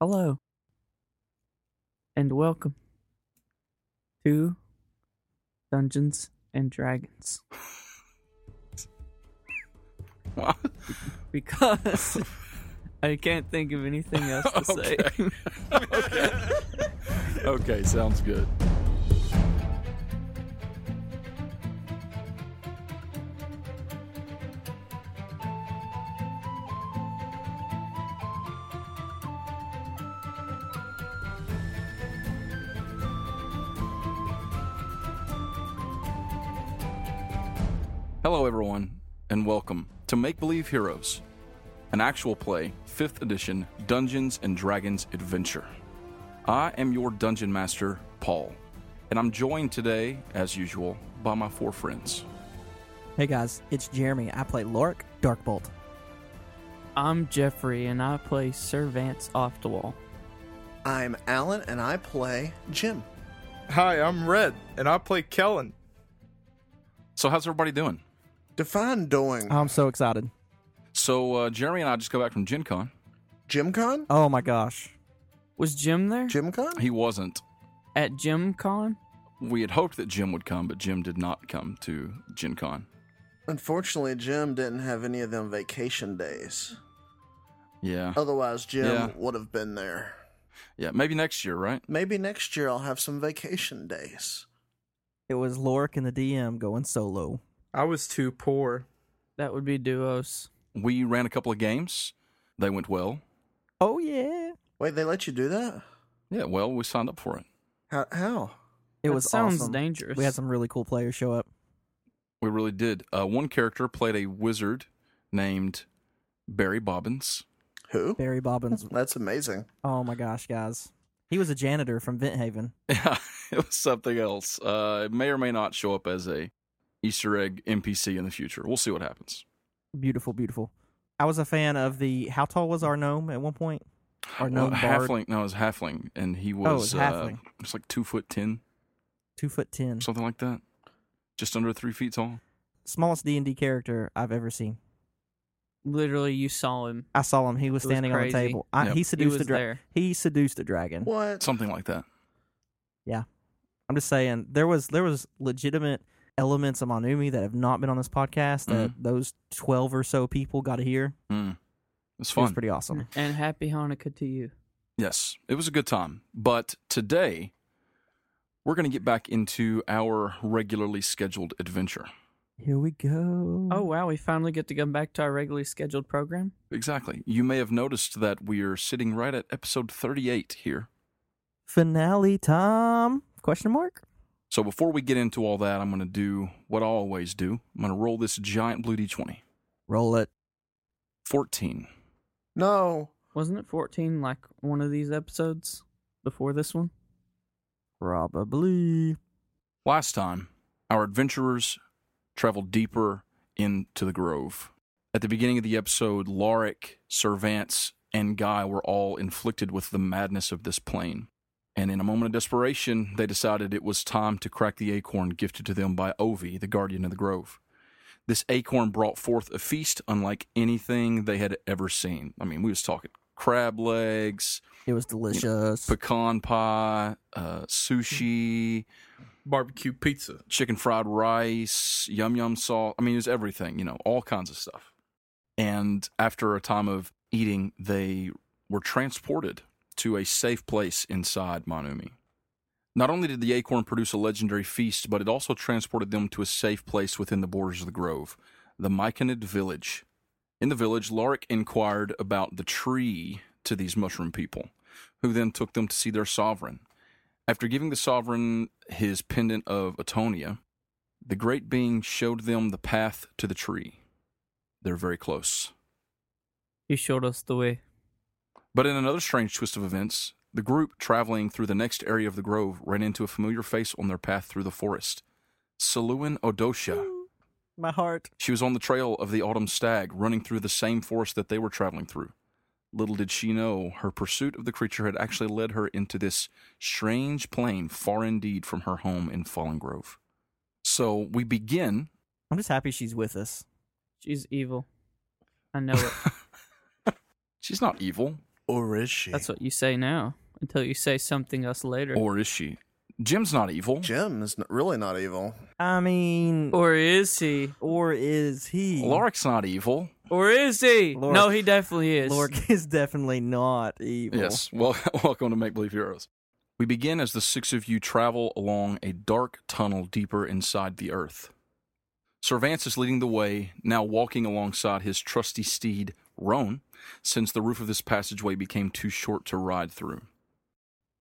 Hello and welcome to Dungeons and Dragons. What? Because I can't think of anything else to say. okay. okay, sounds good. Hello, everyone, and welcome to Make Believe Heroes, an actual play 5th edition Dungeons and Dragons adventure. I am your dungeon master, Paul, and I'm joined today, as usual, by my four friends. Hey guys, it's Jeremy. I play Lork Darkbolt. I'm Jeffrey and I play Sir Vance Off the Wall. I'm Alan, and I play Jim. Hi, I'm Red, and I play Kellen. So, how's everybody doing? Define doing Uh, I'm so excited. So, uh, Jeremy and I just got back from Gen Con. Jim uh, Con? Oh my gosh. Was Jim there? Jim Con? He wasn't. At Jim Con? We had hoped that Jim would come, but Jim did not come to Gen Con. Unfortunately, Jim didn't have any of them vacation days. Yeah. Otherwise, Jim Yeah. would have been there. Yeah. Maybe next year, right? Maybe next year I'll have some vacation days. It was Lork and the DM going solo. I was too poor. That would be Duos. We ran a couple of games. They went well. Oh yeah. Wait, they let you do that? Yeah, well, we signed up for it. How? how? It That was sounds awesome. dangerous. We had some really cool players show up. We really did. Uh, one character played a wizard named Barry Bobbins. Who? Barry Bobbins. That's amazing. oh my gosh, guys. He was a janitor from Vent Haven. it was something else. Uh, it may or may not show up as a Easter egg NPC in the future. We'll see what happens. Beautiful, beautiful. I was a fan of the how tall was our gnome at one point? Our No, gnome bard, halfling. No, it was halfling, and he Oh, it was was uh, halfling. Mm-hmm. it's like two foot ten, two foot ten. something like that. Just under three feet tall. Smallest D and D character I've ever seen. Literally, you saw him. I saw him. He was It was standing on the crazy. table. I, Yep. He He seduced was a dragon. there. He seduced a dragon. What? Something like that. I'm just saying there was there was legitimate elements of Manumi that have not been on this podcast that Mm-hmm. those twelve or so people got to hear. Mm. It was It was fun. pretty awesome. And happy Hanukkah to you. Yes, it was a good time. But today, we're going to get back into our regularly scheduled adventure. Here we go. Oh, wow. We finally get to come back to our regularly scheduled program. Exactly. You may have noticed that we are sitting right at episode 38 here. finale time? Question mark. So before we get into all that, I'm going to do what I always do. I'm going to roll this giant blue d20. Roll it. 14. No. Wasn't it 14 like one of these episodes before this one? Probably. Last time, our adventurers traveled deeper into the grove. At the beginning of the episode, Lorik, Servance, and Guy were all inflicted with the madness of this plane. And in a moment of desperation, they decided it was time to crack the acorn gifted to them by Ovi, the guardian of the grove. This acorn brought forth a feast unlike anything they had ever seen. I mean, we was talking crab legs, It was delicious. pecan pie, uh, sushi, Barbecue pizza. chicken fried rice, yum yum sauce. I mean, it was everything, you know, all kinds of stuff. And after a time of eating, they were transported to a safe place inside Manumi. Not only did the acorn produce a legendary feast, but it also transported them to a safe place within the borders of the grove, the Myconid village. In the village, Lorik inquired about the tree to these mushroom people, who then took them to see their sovereign. After giving the sovereign his pendant of Atonia, the great being showed them the path to the tree. They're very close. You showed us the way. But in another strange twist of events, the group traveling through the next area of the grove ran into a familiar face on their path through the forest. Saluin Odosha. My heart. She was on the trail of the autumn stag, running through the same forest that they were traveling through. Little did she know, her pursuit of the creature had actually led her into this strange plain, far indeed from her home in Fallen Grove. So we begin. I'm just happy she's with us. She's evil. I know it. She's not evil. Or is she? That's what you say now until you say something else later. Or is she? Jim's not evil. Jim is n- really not evil. I mean, or, Or is he? is he? Lorik's not evil. Or is he? Lork. No, he definitely is. Lork is definitely not evil. Yes. Well, welcome to Make Believe Heroes. We begin as the six of you travel along a dark tunnel deeper inside the earth. Servance is leading the way, now walking alongside his trusty steed, Roan, since the roof of this passageway became too short to ride through.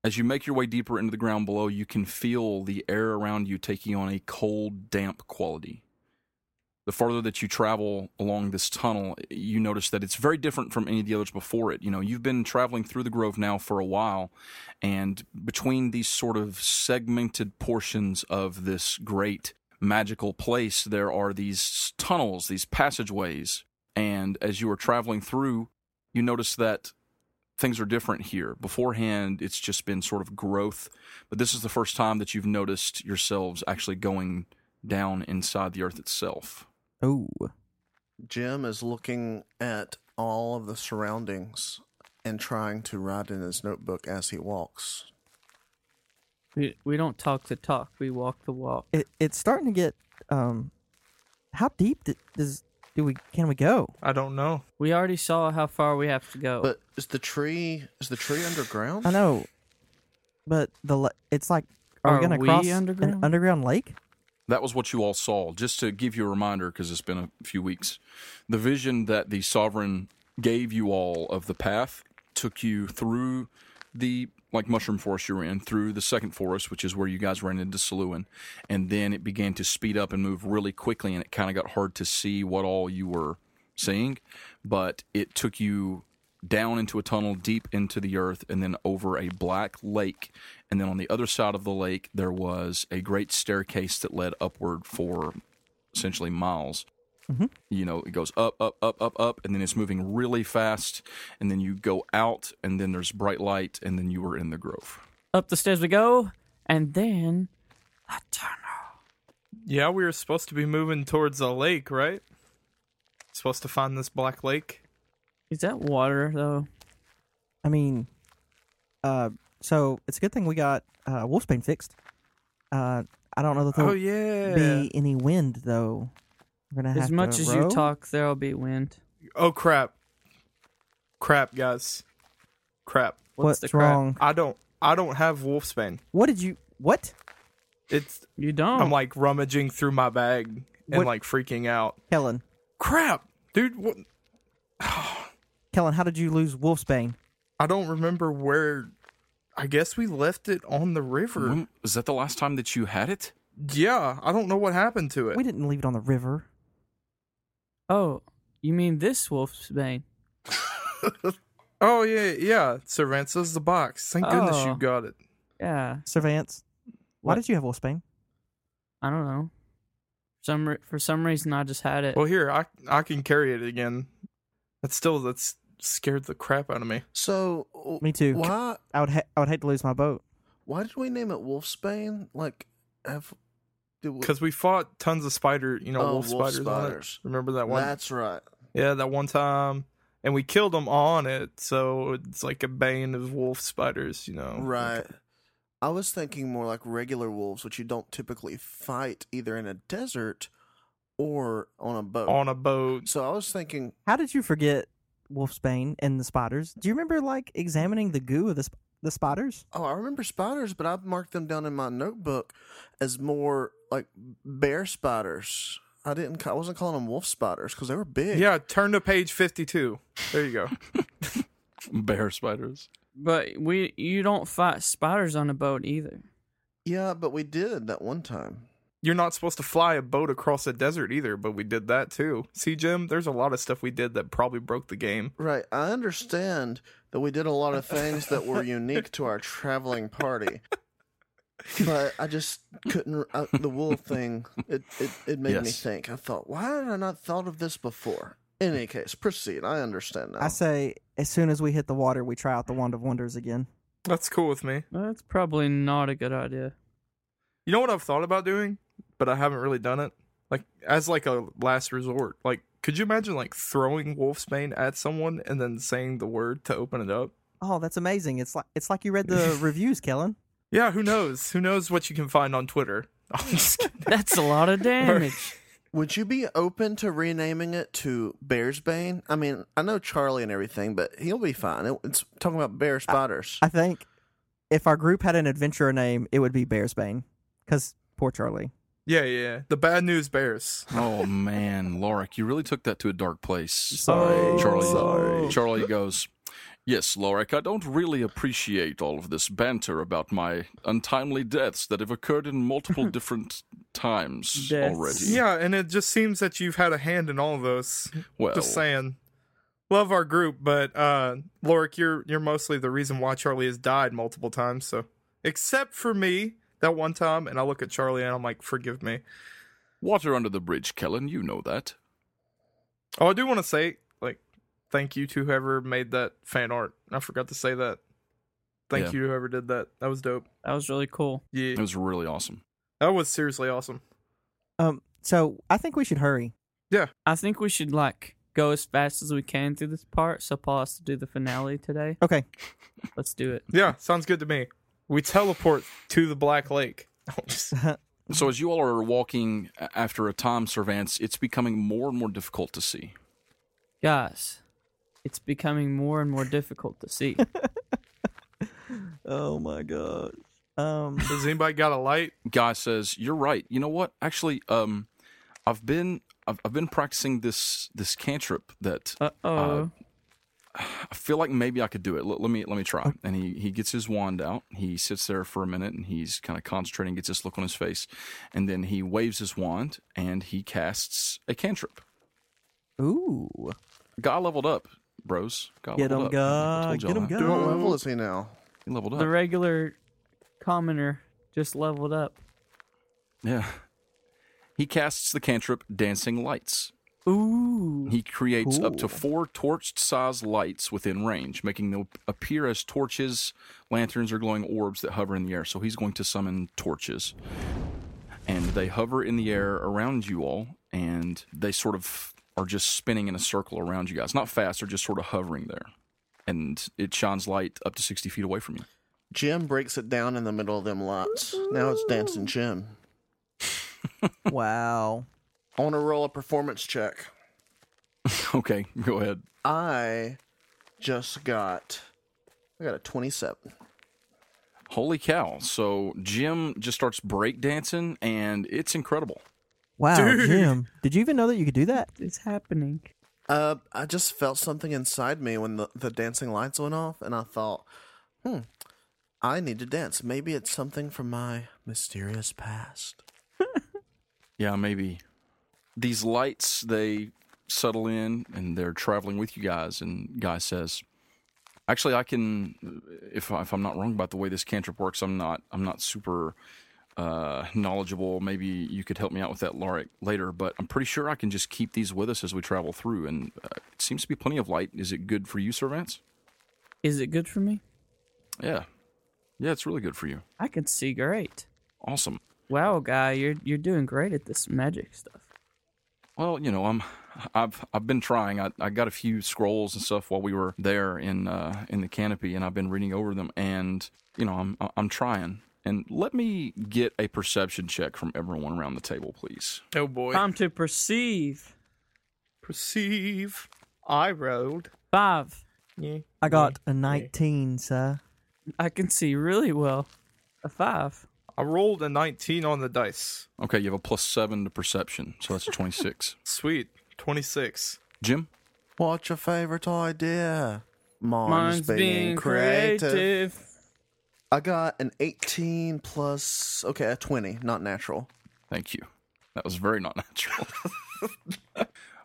As you make your way deeper into the ground below, you can feel the air around you taking on a cold, damp quality. the farther that you travel along this tunnel, you notice that it's very different from any of the others before it. You know, you've been traveling through the grove now for a while, and between these sort of segmented portions of this great magical place, there are these tunnels, these passageways. And as you are traveling through, you notice that things are different here. Beforehand, it's just been sort of growth, but this is the first time that you've noticed yourselves actually going down inside the earth itself. Oh, Jim is looking at all of the surroundings and trying to write in his notebook as he walks. We, we don't talk the talk, we walk the walk. it, it's starting to get. Um, how deep d- does do we can we go? I don't know. We already saw how far we have to go. But is the tree is the tree underground? I know, but the le- it's like are, Are we gonna we cross an underground? underground lake? That was what you all saw. Just to give you a reminder, because it's been a few weeks, the vision that the sovereign gave you all of the path took you through the like mushroom forest you were in, through the second forest, which is where you guys ran into Saluin, and then it began to speed up and move really quickly, and it kind of got hard to see what all you were seeing, but it took you down into a tunnel deep into the earth and then over a black lake. And then on the other side of the lake, there was a great staircase that led upward for essentially miles. You know, it goes up, up, up, up, up, and then it's moving really fast. And then you go out, and then there's bright light, and then you were in the grove. Up the stairs we go, and then. Yeah, we were supposed to be moving towards a lake, right? Supposed to find this black lake. Is that water, though? I mean, uh, so it's a good thing we got uh, Wolfsbane fixed. Uh, I don't know that there'll oh yeah. be any wind though. We're gonna have As much to as row. you talk, there'll be wind. Oh crap. Crap, guys. Crap. What's the What's crap? wrong? I don't I don't have wolfsbane. What did you? What? It's You don't. I'm like rummaging through my bag and What- like freaking out. Kellen, Crap, dude. What? Kellen, how did you lose Wolfsbane? I don't remember where. I guess we left it on the river. When- Is that the last time that you had it? Yeah, I don't know what happened to it. We didn't leave it on the river. oh, you mean this wolf's bane? oh yeah, yeah. Cervantes the box. Thank goodness you Oh. got it. Yeah, Servance, why What? did you have Wolfsbane? I don't know. Some re- for some reason I just had it. Well, here I I can carry it again. That's still that's scared the crap out of me. So w- Me too. Why I would ha- I would hate to lose my boat. why did we name it Wolfsbane? Like have did we- Because we fought tons of spider, you know, Oh, wolf, wolf spiders. spiders. On it. Remember that one? that's right. Yeah, that one time. And we killed them on it, so it's like a bane of wolf spiders, you know. Right. I was thinking more like regular wolves, which you don't typically fight either in a desert or on a boat. On a boat. so I was thinking How did you forget Wolfsbane and the spiders? Do you remember like examining the goo of the sp- the spiders? Oh, I remember spiders, but I've marked them down in my notebook as more like bear spiders. I didn't. ca- I wasn't calling them wolf spiders because they were big. Yeah, turn to page 52. There you go. Bear spiders. but we you don't fight spiders on a boat either. yeah, but we did that one time. You're not supposed to fly a boat across a desert either, but we did that too. See, Jim, there's a lot of stuff we did that probably broke the game. Right. I understand that we did a lot of things that were unique to our traveling party, but I just couldn't. I, the wolf thing. It it, it made me Yes. think. I thought, why had I not thought of this before? In any case, proceed. I understand now. I say as soon as we hit the water, we try out the wand of wonders again. That's cool with me. Well, that's probably not a good idea. You know what I've thought about doing, but I haven't really done it? Like as like a last resort, like Could you imagine like throwing Wolfsbane at someone and then saying the word to open it up? Oh, that's amazing. It's like it's like you read the reviews, Kellen. Yeah, who knows? Who knows what you can find on Twitter? I'm just kidding. That's a lot of damage. Would you be open to renaming it to Bearsbane? I mean, I know Charlie and everything, but he'll be fine. It- It's talking about bear spiders. I think if our group had an adventurer name, it would be Bearsbane. Because poor Charlie. Yeah, yeah, yeah. The bad news bears. Oh man, Lorik, you really took that to a dark place. Sorry. Charlie. Sorry. Oh, Charlie goes. Yes, Lorik, I don't really appreciate all of this banter about my untimely deaths that have occurred in multiple different times Deaths. already. Yeah, and it just seems that you've had a hand in all of those. well, Just saying. Love our group, but uh Lorik, you're you're mostly the reason why Charlie has died multiple times, so except for me that one time and I look at Charlie and I'm like, forgive me. water under the bridge, Kellen. You know that. Oh, I do want to say, like, thank you to whoever made that fan art. I forgot to say that. Thank Yeah. you to whoever did that. That was dope. that was really cool. Yeah. It was really awesome. That was seriously awesome. Um. So I think we should hurry. I think we should like go as fast as we can through this part. So Paul has to do the finale today. Okay. Let's do it. Yeah, sounds good to me. We teleport to the Black Lake. Oh, So as you all are walking a- after a time surveillance, it's becoming more and more difficult to see. Guys, it's becoming more and more difficult to see. Oh my god. Um. Does anybody got a light? Guy says, "You're right. You know what? Actually, um, I've been I've, I've been practicing this this cantrip that Uh oh. I feel like maybe I could do it. L- let me let me Uh. try." And he he gets his wand out. He sits there for a minute and he's kind of concentrating, gets this look on his face, and then he waves his wand and he casts a cantrip. Ooh. Guy leveled up, bros. Guy Get him, leveled up. I guy. told y'all Get him, that. guy. what level is he now? He leveled up. the regular commoner just leveled up. Yeah. He casts the cantrip Dancing Lights. Ooh. He creates up to Cool. four torch sized lights within range, making them appear as torches, lanterns, or glowing orbs that hover in the air. So he's going to summon torches. And they hover in the air around you all, and they sort of are just spinning in a circle around you guys. Not fast, they're just sort of hovering there. And it shines light up to 60 feet away from you. Jim breaks it down in the middle of them lots. Now it's dancing Jim. Wow. I want to roll a performance check. okay, go ahead. I just got I got a 27. Holy cow. So Jim just starts breakdancing and it's incredible. Wow. Dude. Jim, did you even know that you could do that? It's happening. Uh, I just felt something inside me when the, the dancing lights went off, and I thought, hmm, I need to dance. Maybe it's something from my mysterious past. Yeah, maybe. These lights, they settle in and they're traveling with you guys. And Guy says, Actually, I can, if, I, if I'm not wrong about the way this cantrip works, I'm not, I'm not super uh, knowledgeable. Maybe you could help me out with that Lorik, later, but I'm pretty sure I can just keep these with us as we travel through. And uh, it seems to be plenty of light. Is it good for you, Servants? Is it good for me? Yeah. Yeah, it's really good for you. I can see great. Awesome. Wow, guy, you're you're doing great at this magic stuff. Well, you know, I'm, I've, I've been trying. I, I got a few scrolls and stuff while we were there in, uh, in the canopy, and I've been reading over them. And you know, I'm, I'm trying. And let me get a perception check from everyone around the table, please. Oh boy. Time to perceive. Perceive. I rolled. Five. Yeah. I got a 19, sir. I can see really well. A five. I rolled a 19 on the dice. Okay, you have a plus seven to perception, so that's a twenty-six. Sweet. 26. Jim, What's your favorite idea? Mine's Mine's, being, creative. I got an 18 plus, okay, a 20, not natural. thank you. That was very not natural.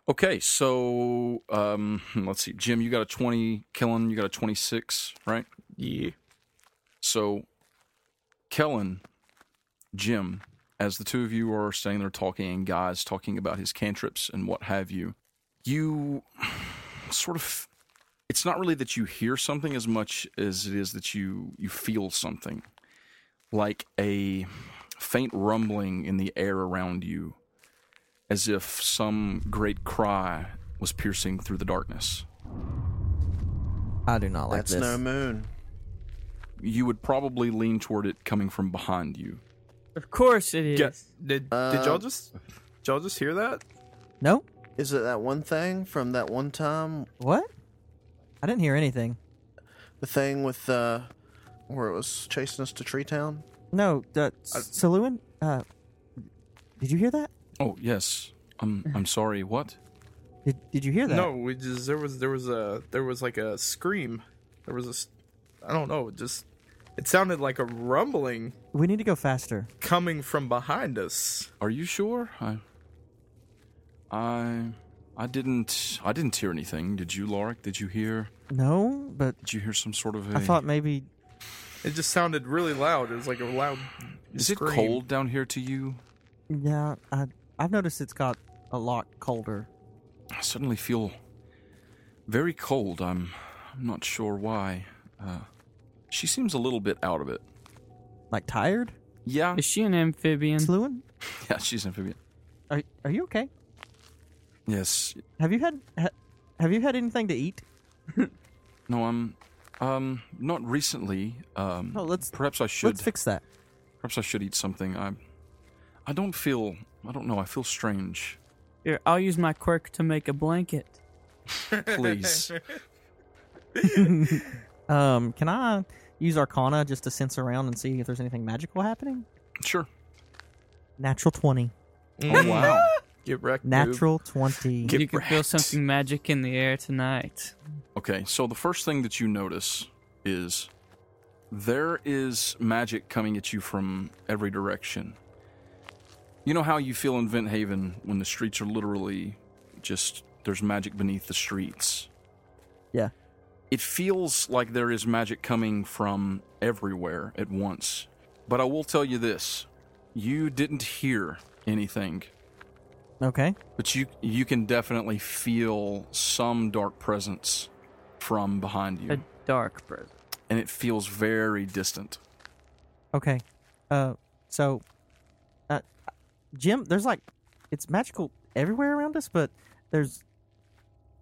okay, so um, let's see. Jim, you got a twenty. Killen, you got a twenty-six, right? Yeah. So, Kellen, Jim, as the two of you are standing there talking, and guys talking about his cantrips and what have you, you sort of. It's not really that you hear something as much as it is that you you feel something, like a faint rumbling in the air around you, as if some great cry was piercing through the darkness. I do not like That's this. no moon. You would probably lean toward it coming from behind you. Of course it is. Yeah. Did, did y'all Um, just did y'all just hear that? no? Is it that one thing from that one time? What? I didn't hear anything. The thing with uh, where it was chasing us to Tree Town? No, uh, Saluin, uh, did you hear that? Oh yes. I'm I'm sorry. What? Did, did you hear that? No, we just there was there was a there was like a scream. There was a s- I don't know, it just it sounded like a rumbling We need to go faster. coming from behind us. Are you sure? I I I didn't I didn't hear anything. Did you, Lorik? Did you hear No, but did you hear some sort of a I thought maybe It just sounded really loud. It was like a loud Is it scream. cold down here to you? yeah. I I've noticed it's got a lot colder. I suddenly feel very cold. I'm I'm not sure why. Uh, she seems a little bit out of it. Like tired, Yeah. Is she an amphibian? Saluin? Yeah, she's amphibian. Are are you okay? Yes. Have you had ha, have you had anything to eat? No, I'm um not recently. Um No, Oh, let's- perhaps I should Let's fix that. perhaps I should eat something. I I don't feel I don't know, I feel strange. Here, I'll use my quirk to make a blanket. Please. Um, can I use Arcana just to sense around and see if there's anything magical happening? sure. Natural twenty. Oh, wow. Get wrecked. dude. Natural twenty. Get you can feel wrecked. something magic in the air tonight. Okay, so the first thing that you notice is there is magic coming at you from every direction. You know how you feel in Vent Haven when the streets are literally just there's magic beneath the streets. Yeah. It feels like there is magic coming from everywhere at once. But I will tell you this you didn't hear anything Okay. but you you can definitely feel some dark presence from behind you, A dark bird. and it feels very distant. Okay. Uh, so, uh, Jim, there's like, it's magical everywhere around us, but there's,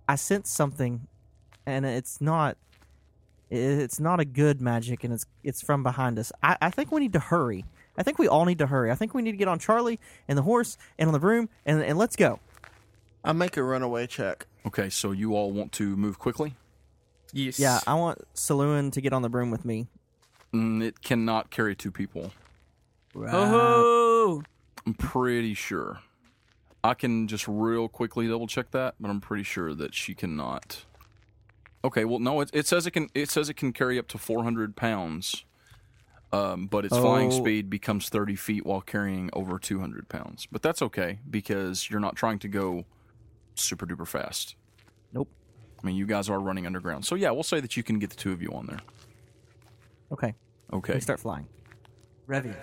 I sense something, and it's not, i- it's not a good magic, and it's it's from behind us. I, I think we need to hurry. I think we all need to hurry. I think we need to get on Charlie and the horse and on the broom and and let's go. I make a runaway check. Okay, so you all want to move quickly. Yes. Yeah, I want Saloon to get on the broom with me. Mm, it cannot carry two people. Ah. Uh, Uh-huh. Oh, I'm pretty sure. I can just real quickly double check that, but I'm pretty sure that she cannot. Okay, well, no, it, it says it can. It says it can carry up to 400 pounds, um, but its flying Oh. speed becomes 30 feet while carrying over 200 pounds. But that's okay because you're not trying to go super duper fast. Nope. I mean, you guys are running underground, so yeah, we'll say that you can get the two of you on there. Okay, Okay. we start flying. Revy.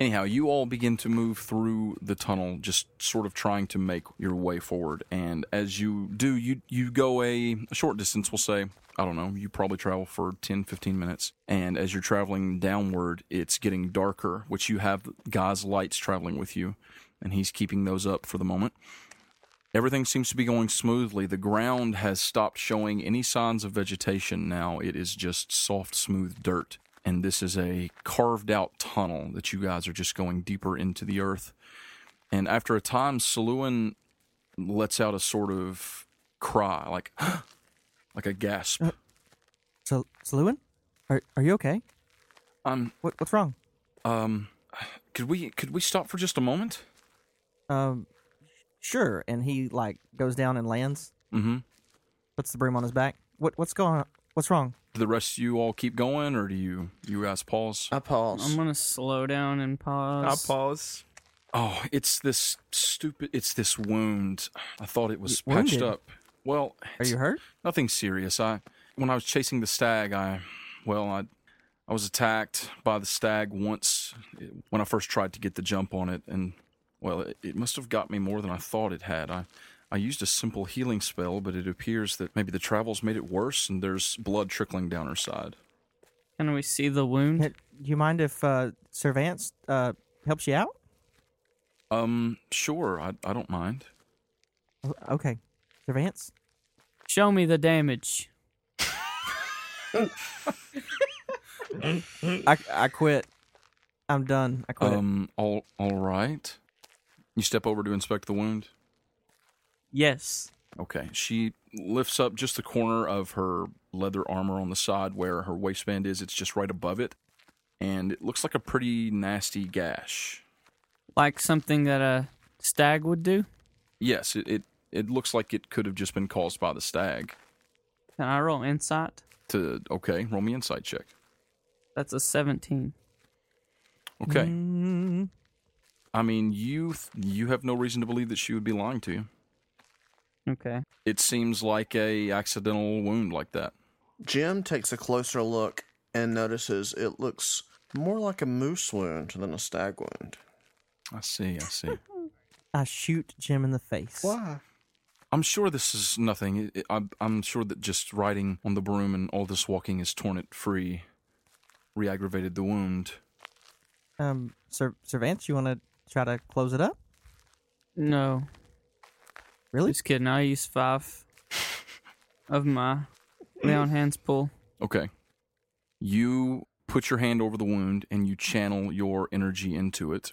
Anyhow, you all begin to move through the tunnel, just sort of trying to make your way forward. And as you do, you, you go a, a short distance, we'll say, I don't know, you probably travel for 10, 15 minutes. And as you're traveling downward, it's getting darker, which you have Guy's lights traveling with you, and he's keeping those up for the moment. Everything seems to be going smoothly. The ground has stopped showing any signs of vegetation now. It is just soft, smooth dirt. And this is a carved out tunnel that you guys are just going deeper into the earth. And after a time, Saluin lets out a sort of cry, like, like a gasp. So Saloon, are are you okay? Um, What what's wrong? um, could we could we stop for just a moment? um sure and he like goes down and lands Mm-hmm. puts the broom on his back what what's going on what's wrong Do the rest of you all keep going, or do you you guys pause? I pause. I'm gonna slow down and I pause. pause. Oh, it's this stupid. It's this wound. I thought it was W- patched wounded? up. Well, are you hurt nothing serious. I when I was chasing the stag, I well, I I was attacked by the stag once it- when I first tried to get the jump on it, and well, it, it must have got me more than I thought it had. I I used a simple healing spell, but it appears that maybe the travels made it worse, and there's blood trickling down her side. Can we see the wound? Hey, do you mind if uh servants uh helps you out Um, sure, I, I don't mind. O- Okay. Servance? Show me the damage. I, I quit. I'm done. I quit. Um, all all right. You step over to inspect the wound. Yes. Okay. She lifts up just the corner of her leather armor on the side where her waistband is. It's just right above it, and it looks like a pretty nasty gash. Like something that a stag would do. Yes, it it, it looks like it could have just been caused by the stag. Can I roll insight? To okay, roll me insight check. That's a 17. Okay. Mm, I mean, you th- you have no reason to believe that she would be lying to you. Okay. It seems like a accidental wound like that. Jim takes a closer look and notices it looks more like a moose wound than a stag wound. I see. I see. I shoot Jim in the face. Why? I'm sure this is nothing. It- it- I'm, I'm sure that just riding on the broom and all this walking has torn it free, re-aggravated the wound. Um, Sir, Servance, you want to try to close it up? No. Really? Just kidding. I use five of my Leon hands pull. Okay. You put your hand over the wound and you channel your energy into it.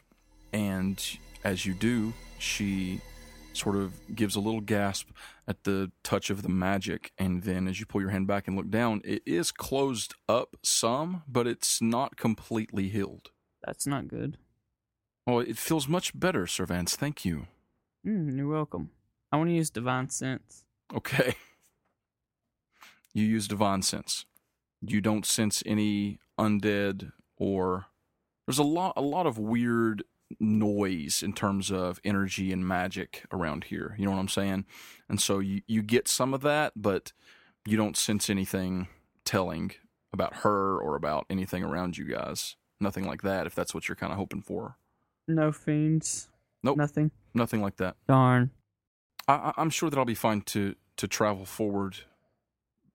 And as you do, she sort of gives a little gasp at the touch of the magic. And then as you pull your hand back and look down, it is closed up some, but it's not completely healed. That's not good. Oh, it feels much better, Servance. Thank you. Mm, you're welcome. I want to use divine sense. Okay. You use divine sense. You don't sense any undead or there's a lot a lot of weird noise in terms of energy and magic around here. You know what I'm saying? And so you, you get some of that, but you don't sense anything telling about her or about anything around you guys. Nothing like that, if that's what you're kinda hoping for. No fiends. Nope. Nothing. Nothing like that. Darn. I, I- I'm sure that I'll be fine to to travel forward.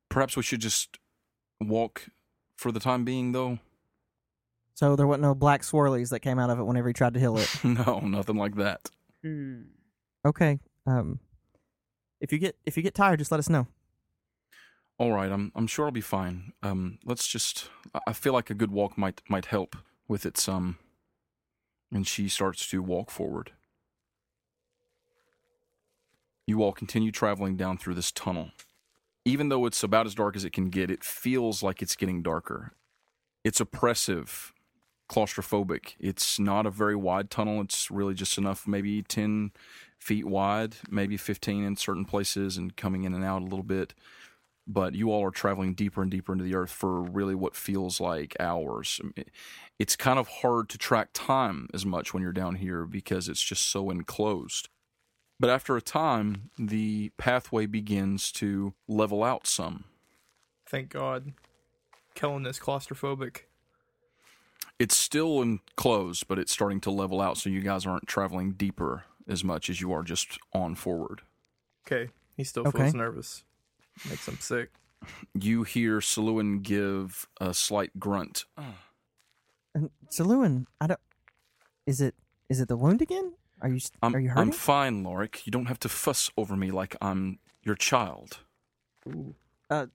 Perhaps we should just walk for the time being, though. So there wasn't no black swirlies that came out of it whenever he tried to heal it. no, nothing like that. Hmm. Okay. Um, if you get if you get tired, just let us know. All right, I'm I'm sure I'll be fine. Um, let's just. I- I feel like a good walk might might help with it some. And she starts to walk forward. You all continue traveling down through this tunnel. Even though it's about as dark as it can get, it feels like it's getting darker. It's oppressive, claustrophobic. It's not a very wide tunnel. It's really just enough, maybe 10 feet wide, maybe 15 in certain places, and coming in and out a little bit but you all are traveling deeper and deeper into the earth for really what feels like hours. It- It's kind of hard to track time as much when you're down here because it's just so enclosed. But after a time, the pathway begins to level out some. Thank God. Kellen is claustrophobic. It's still enclosed, but it's starting to level out, so you guys aren't traveling deeper as much as you are just on forward. Okay. He still Okay. feels nervous. Makes him sick. You hear Saluin give a slight grunt. And Sir Lewin, I don't. Is it is it the wound again? Are you s- I'm, are you I'm hurting? fine, Lorik. You don't have to fuss over me like I'm your child. I,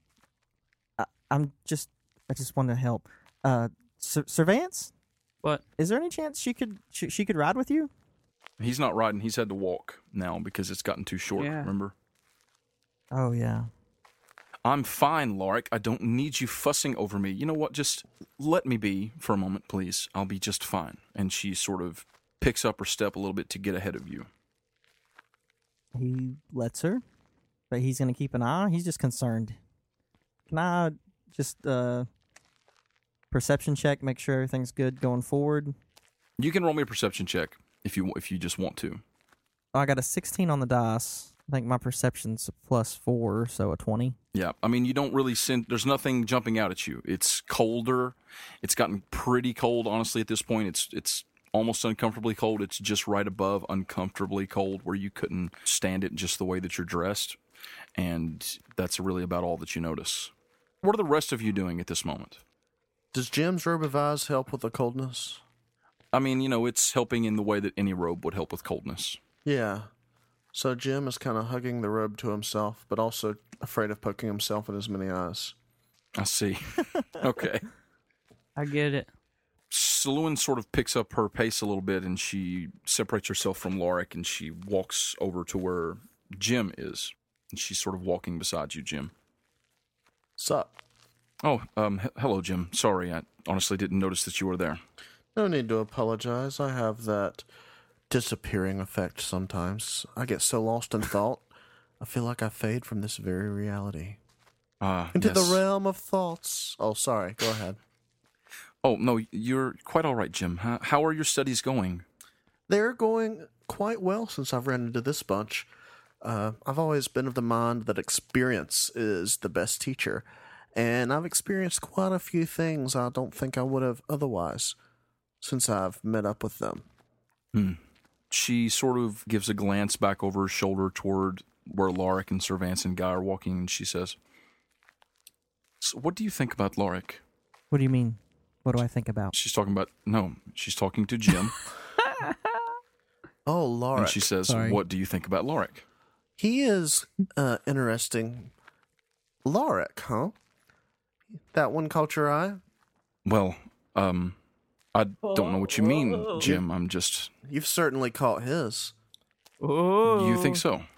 I'm just I just want to help. Uh, Sir, Servance, What? is there any chance she could she, she could ride with you? He's not riding. He's had to walk now because it's gotten too short. Yeah. Remember, Oh yeah. I'm fine, Lorik. I don't need you fussing over me. You know what? Just let me be for a moment, please. I'll be just fine. And she sort of picks up her step a little bit to get ahead of you. He lets her, but he's gonna keep an eye. He's just concerned. Can I just uh perception check, make sure everything's good going forward? You can roll me a perception check if you if you just want to. Oh, I got a sixteen on the dice. I think my perception's a plus four, so a twenty. Yeah, I mean, you don't really sense. There's nothing jumping out at you. It's colder. It's gotten pretty cold, honestly. At this point, it's it's almost uncomfortably cold. It's just right above uncomfortably cold, where you couldn't stand it just the way that you're dressed, and that's really about all that you notice. What are the rest of you doing at this moment? Does Jim's robe of eyes help with the coldness? I mean, you know, it's helping in the way that any robe would help with coldness. Yeah. So Jim is kind of hugging the robe to himself, but also afraid of poking himself in his many eyes. I see. okay. I get it. Sluin sort of picks up her pace a little bit and she separates herself from Lorik and she walks over to where Jim is. And she's sort of walking beside you, Jim. Sup? Oh, um, h- hello, Jim. Sorry, I honestly didn't notice that you were there. No need to apologize. I have that disappearing effect sometimes. I get so lost in thought, I feel like I fade from this very reality Uh, into yes. the realm of thoughts. Oh, sorry. Go ahead. Oh, no, you're quite all right, Jim. How, how are your studies going? They're going quite well since I've ran into this bunch. Uh, I've always been of the mind that experience is the best teacher, and I've experienced quite a few things I don't think I would have otherwise since I've met up with them. She sort of gives a glance back over her shoulder toward where Lorik and Servance and Guy are walking, and she says, so What do you think about Lorik? What do you mean? What do I think about? She's talking about, no, she's talking to Jim, Oh, Laura. and she says, Sorry. What do you think about Lorik? He is uh, interesting. Lorik, huh? That one caught your eye? Well, um, I don't know what you mean, Jim. I'm just, You've certainly caught his. Oh, you think so?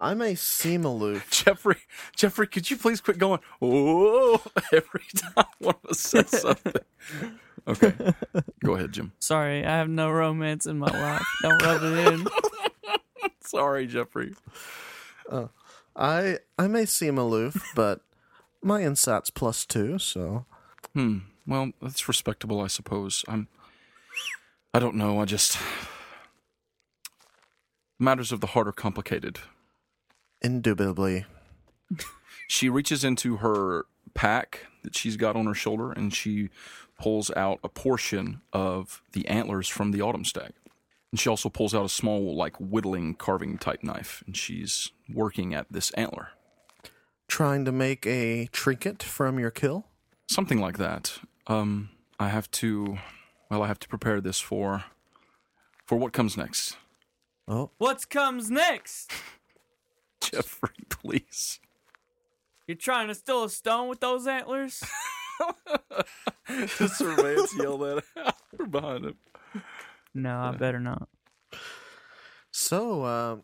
I may seem aloof. Jeffrey, Jeffrey, could you please quit going, oh, every time one of us says something? Okay. Go ahead, Jim. Sorry, I have no romance in my life. Don't rub it in. Sorry, Jeffrey. I I may seem aloof, but my insight's plus two, so Hmm. Well, that's respectable, I suppose. I'm. I don't know. I just. Matters of the heart are complicated. Indubitably. She reaches into her pack that she's got on her shoulder and she pulls out a portion of the antlers from the autumn stag. And she also pulls out a small, like, whittling carving type knife and she's working at this antler. Trying to make a trinket from your kill? Something like that. Um, I have to. Well, I have to prepare this for. for what comes next. Oh, What comes next? Jeffrey, please. You're trying to steal a stone with those antlers? The surveillance yelled that out from behind him. No, I better not. so uh,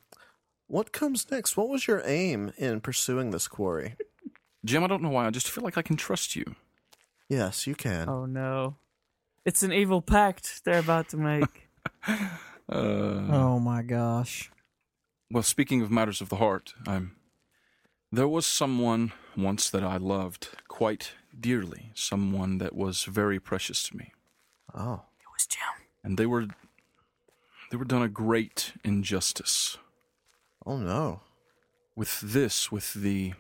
what comes next? What was your aim in pursuing this quarry? Jim, I don't know why. I just feel like I can trust you. Yes, you can. Oh no. It's an evil pact they're about to make. Uh, Oh my gosh. well, speaking of matters of the heart, I'm. There was someone once that I loved quite dearly, someone that was very precious to me. oh. it was Jim. And they were. They were done a great injustice. Oh no. with this, with the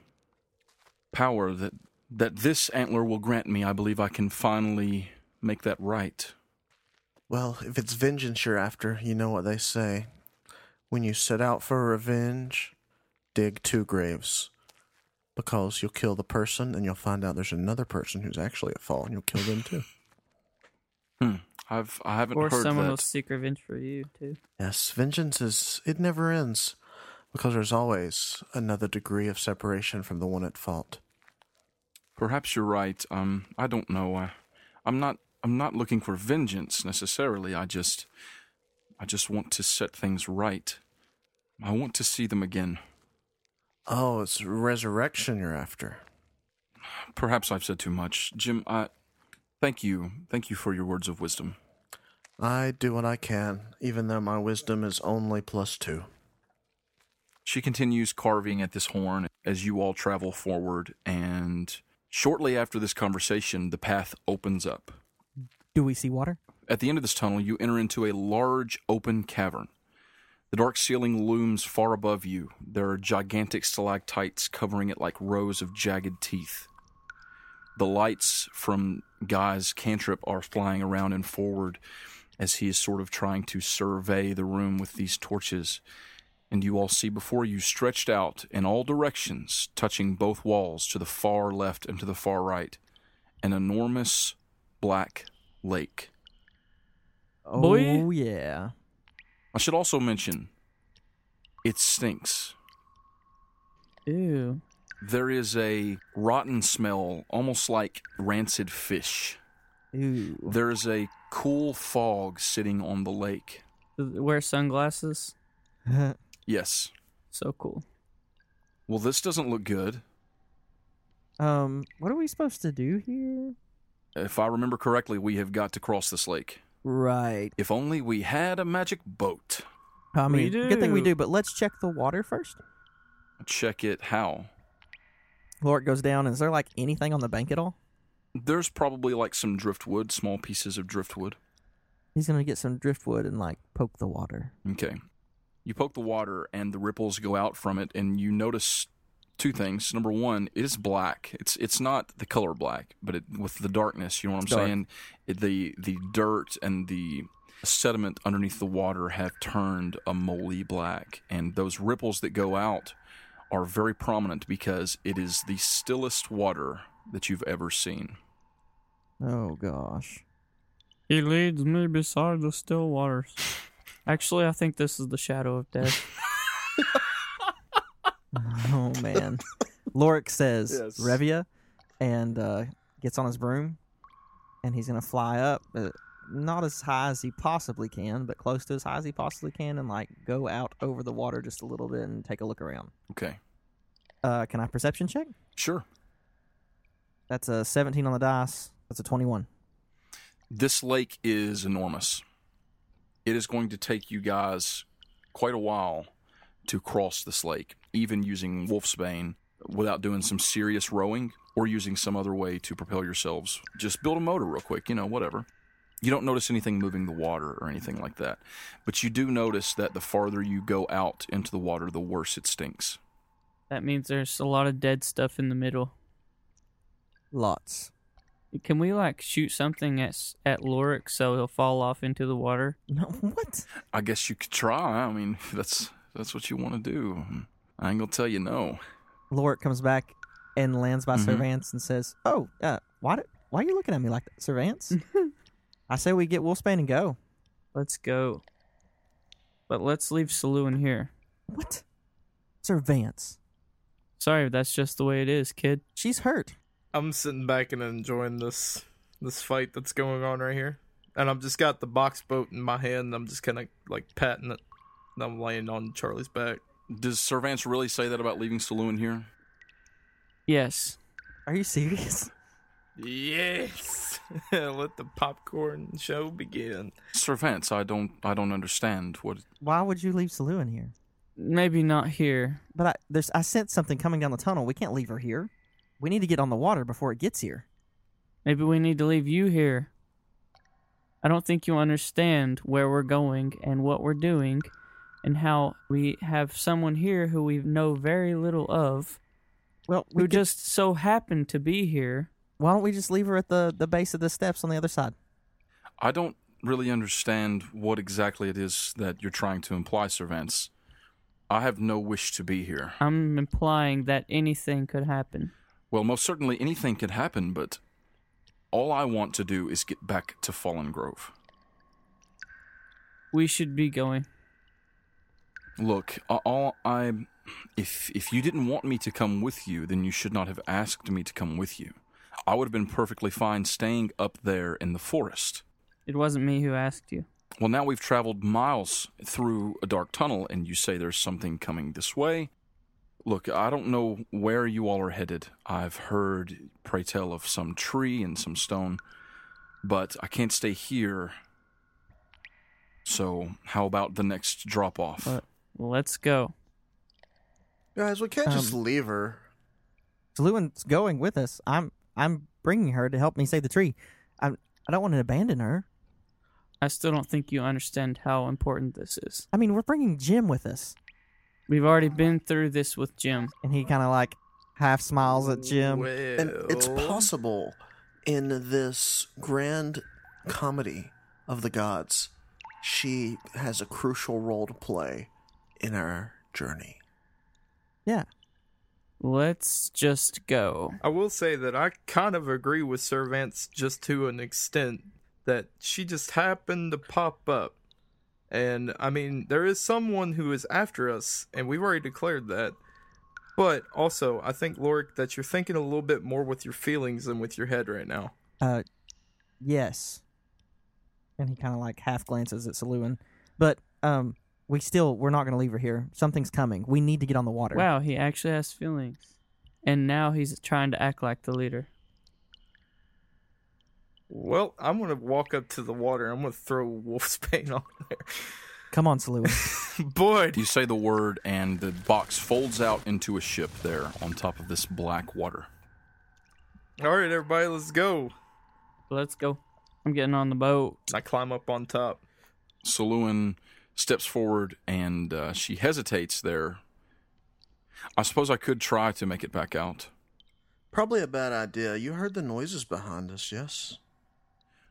power that that this antler will grant me, I believe I can finally make that right. Well, if it's vengeance you're after, you know what they say. When you set out for revenge, dig two graves. Because you'll kill the person and you'll find out there's another person who's actually at fault and you'll kill them too. Hmm. I've I haven't Or heard someone that. will seek revenge for you too. yes, vengeance is, it never ends. Because there's always another degree of separation from the one at fault. Perhaps you're right. Um, I don't know. I, I'm not. I'm not looking for vengeance necessarily. I just, I just want to set things right. I want to see them again. Oh, it's resurrection you're after. Perhaps I've said too much, Jim. I, thank you, thank you for your words of wisdom. I do what I can, even though my wisdom is only plus two. She continues carving at this horn as you all travel forward, and shortly after this conversation, the path opens up. Do we see water? At the end of this tunnel, you enter into a large open cavern. The dark ceiling looms far above you. There are gigantic stalactites covering it like rows of jagged teeth. The lights from Guy's cantrip are flying around and forward as he is sort of trying to survey the room with these torches. And you all see before you, stretched out in all directions, touching both walls to the far left and to the far right, an enormous black lake. Oh Boy. yeah. I should also mention it stinks. Ew. There is a rotten smell, almost like rancid fish. Ooh. There is a cool fog sitting on the lake. Does it wear sunglasses? Yes. So cool. Well, this doesn't look good. um, what are we supposed to do here? If I remember correctly, we have got to cross this lake. Right. If only we had a magic boat. I We mean, good thing we do. do, but let's check the water first. Check it how. Lork goes down. Is there like anything on the bank at all? There's probably like some driftwood, small pieces of driftwood. He's gonna get some driftwood and like poke the water. Okay. You poke the water and the ripples go out from it and you notice two things. Number one, it is black. It's it's not the color black, but it, with the darkness, you know what I'm It's dark. saying? It, the the dirt and the sediment underneath the water have turned a moly black and those ripples that go out are very prominent because it is the stillest water that you've ever seen. Oh gosh. He leads me beside the still waters. Actually, I think this is the shadow of death. Oh man. Lorik says Yes. Revia, and uh, gets on his broom, and he's gonna fly up, uh, not as high as he possibly can, but close to as high as he possibly can, and like go out over the water just a little bit and take a look around. Okay. Uh, can I perception check? Sure. That's a 17 on the dice. That's a 21. this lake is enormous. It is going to take you guys quite a while to cross this lake, even using Wolfsbane without doing some serious rowing or using some other way to propel yourselves. Just build a motor real quick, you know, whatever. You don't notice anything moving the water or anything like that, but you do notice that the farther you go out into the water, the worse it stinks. that means there's a lot of dead stuff in the middle. Lots. Can we like shoot something at s- at Lorik so he'll fall off into the water? No, what? I guess you could try. I mean, that's that's what you want to do. I ain't gonna tell you no. Lorik comes back and lands by Mhm. Servance and says, "Oh, uh, why? Did, why are you looking at me like that, Servance?" I say we get Wolfsbane and go. Let's go. But let's leave Saloon here. What? Servance? Sorry, that's just the way it is, kid. She's hurt. I'm sitting back and enjoying this this fight that's going on right here, and I've just got the box boat in my hand. And I'm just kind of like patting it, and I'm laying on Charlie's back. Does Servance really say that about leaving Saloon here? Yes. Are you serious? Yes, let the popcorn show begin. Servance, I don't I don't understand what Why would you leave Salu in here? Maybe not here. But I, there's, I sense something coming down the tunnel. We can't leave her here. We need to get on the water before it gets here. Maybe we need to leave you here. I don't think you understand where we're going and what we're doing and how we have someone here who we know very little of Well, who we just just so happened to be here. why don't we just leave her at the, the base of the steps on the other side? I don't really understand what exactly it is that you're trying to imply, Servance. I have no wish to be here. I'm implying that anything could happen. Well, most certainly anything could happen, but all I want to do is get back to Fallen Grove. We should be going. Look, a- all I if if you didn't want me to come with you, then you should not have asked me to come with you. I would have been perfectly fine staying up there in the forest. It wasn't me who asked you. Well, now we've traveled miles through a dark tunnel, and you say there's something coming this way. Look, I don't know where you all are headed. I've heard, pray tell, of some tree and some stone, but I can't stay here. So, how about the next drop off? Uh, Let's go. Guys, we can't just Um, leave her. Saluan's going with us. I'm I'm bringing her to help me save the tree. I'm I don't want to abandon her. I still don't think you understand how important this is. I mean, we're bringing Jim with us, We've already been through this with Jim. and he kind of like half smiles at Jim. Well, And it's possible in this grand comedy of the gods, she has a crucial role to play in our journey. Yeah, Let's just go. I will say that I kind of agree with Servants just to an extent that she just happened to pop up. And I mean, there is someone who is after us, and we've already declared that. But also, I think, Lorik, that you're thinking a little bit more with your feelings than with your head right now. Uh, yes. And he kind of like half glances at Saluin, but um, we still we're not going to leave her here. Something's coming. We need to get on the water. Wow, he actually has feelings. And now he's trying to act like the leader. Well, I'm going to walk up to the water. I'm going to throw Wolf's Pain on there. Come on, Saluin. Boy, You say the word, and the box folds out into a ship there on top of this black water. all right, everybody, let's go. Let's go. I'm getting on the boat. I climb up on top. Saluin steps forward, and uh, she hesitates there. I suppose I could try to make it back out. Probably a bad idea. You heard the noises behind us, yes?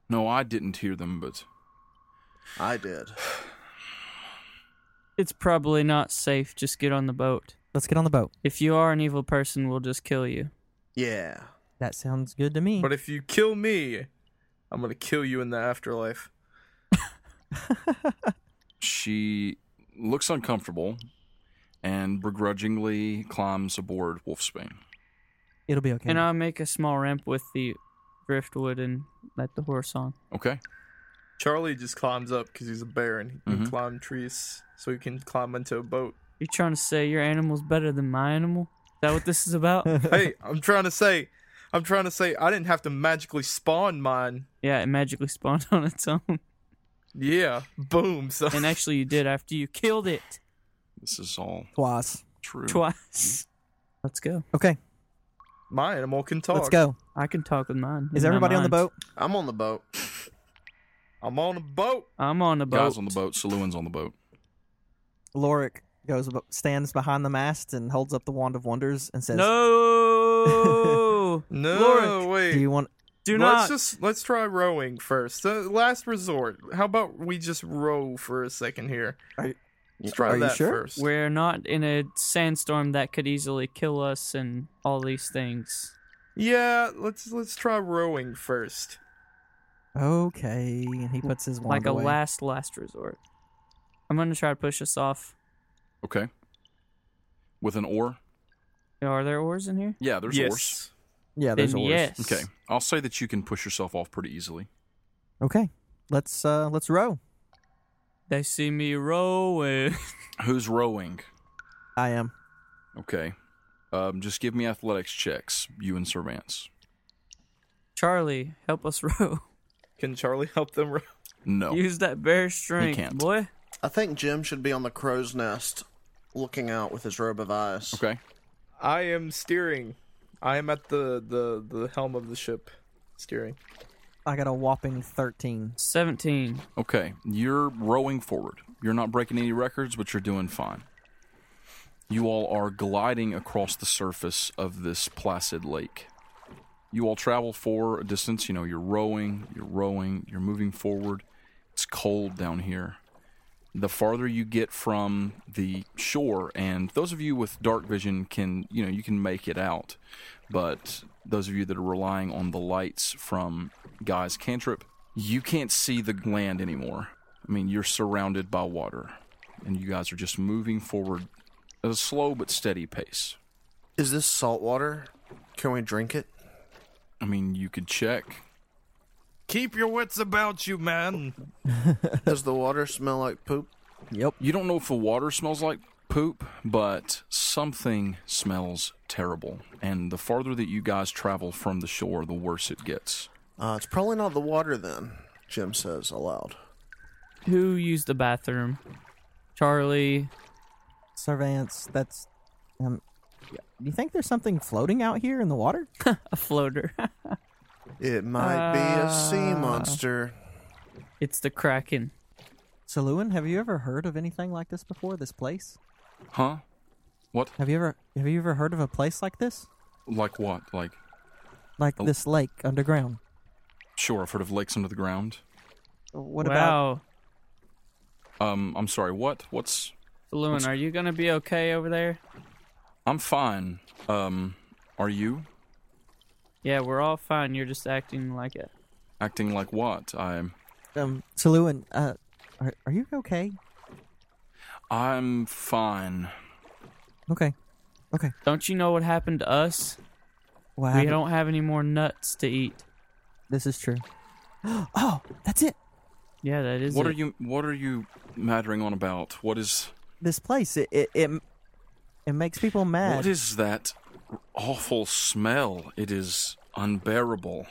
No, I didn't hear them, but I did. It's probably not safe. Just get on the boat. Let's get on the boat. If you are an evil person, we'll just kill you. Yeah. That sounds good to me. But if you kill me, I'm going to kill you in the afterlife. she looks uncomfortable and begrudgingly climbs aboard Wolfsbane. It'll be okay. And I'll make a small ramp with the driftwood and let the horse on. Okay. Charlie just climbs up because he's a bear and he can Mm-hmm. Mhm. climb trees, so he can climb into a boat. You trying to say your animal's better than my animal? Is that what this is about? hey, I'm trying to say, I'm trying to say, I didn't have to magically spawn mine. yeah, it magically spawned on its own. Yeah, boom. So And actually, you did after you killed it This is all Twice. true. twice. Let's go. Okay, my animal can talk. let's go. I can talk with mine. Is in my everybody on the mind. boat? I'm on the boat. I'm on a boat. I'm on the boat. Guys on the boat. Saluin's on the boat. Lorik goes ab- stands behind the mast and holds up the wand of wonders and says, No. No, Lorik, wait. "Do you want? do not. let's just let's try rowing first. Uh, last resort. How about we just row for a second here? Are you- let's try are you that sure? first. We're not in a sandstorm that could easily kill us and all these things. Yeah, let's let's try rowing first. Okay." And he puts his wand like a away. last, last resort. I'm going to try to push us off. Okay. With an oar? Are there oars in here? Yeah, there's oars. yes. yeah, there's then oars. yes. Okay. I'll say that you can push yourself off pretty easily. Okay, let's uh let's row. They see me rowing. Who's rowing? I am. Okay. Um, just give me athletics checks, you and Servance. Charlie, help us row. Can Charlie help them row? No. Use that bear strength, Oh. can't. boy. I think Jim should be on the crow's nest looking out with his robe of ice. Okay. I am steering. I am at the the the helm of the ship, steering. I got a whopping thirteen. 17. Okay. You're rowing forward. You're not breaking any records, but you're doing fine. You all are gliding across the surface of this placid lake. You all travel for a distance. You know, you're rowing, you're rowing, you're moving forward. It's cold down here. The farther you get from the shore, and those of you with dark vision can, you know, you can make it out. But those of you that are relying on the lights from Guy's cantrip, you can't see the land anymore. I mean, you're surrounded by water, and you guys are just moving forward at a slow but steady pace. Is this salt water? Can we drink it? I mean, you could check. Keep your wits about you, man. Does the water smell like poop? Yep. You don't know if the water smells like poop, but something smells terrible. And the farther that you guys travel from the shore, the worse it gets. Uh, it's probably not the water then, Jim says aloud. Who used the bathroom? Charlie. Servants. That's. Um, yeah. you think there's something floating out here in the water? A floater. It might be a sea monster. it's the Kraken. Saluin, have you ever heard of anything like this before? This place? Huh? What? Have you ever have you ever heard of a place like this? Like what? Like, Like Oh. this lake underground? sure, I've heard of lakes under the ground. What about? wow. Um, I'm sorry, what? What's. Balloon, are you going to be okay over there? I'm fine. Um, are you Yeah, we're all fine. You're just acting like a Acting like what? I'm Um, Saluin, uh, are, are you okay? I'm fine. Okay. Okay. Don't you know what happened to us? Wow. We don't have any more nuts to eat. This is true. Oh, that's it. Yeah, that is. What it. are you what are you mattering on about? What is This place, it it it, it makes people mad. what is that awful smell? It is unbearable.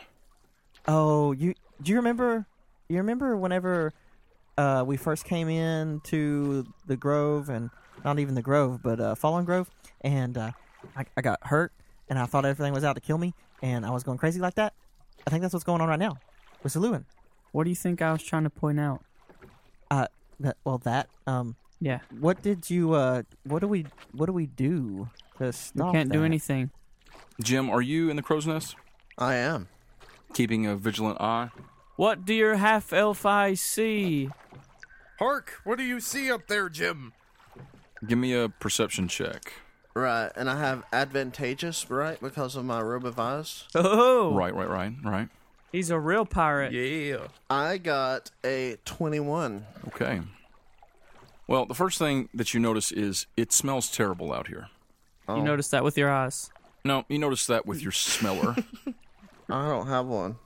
Oh, you do you remember? You remember whenever uh, we first came in to the Grove, and not even the Grove, but uh, Fallen Grove, and uh, I, I got hurt, and I thought everything was out to kill me, and I was going crazy like that. I think that's what's going on right now with Saluin. What do you think I was trying to point out? Uh, that, well, that um, Yeah, what did you uh, what do we what do we do to we stop? can't do that? anything. Jim, are you in the crow's nest? I am. Keeping a vigilant eye? What do your half elf eyes see? Hark! What do you see up there, Jim? Give me a perception check. Right, and I have advantageous, right, because of my robe of eyes. Oh, Right, right, right, right. he's a real pirate. Yeah. I got a 21. Okay. Well, the first thing that you notice is it smells terrible out here. You notice that with your eyes. No, you notice that with your smeller, I don't have one.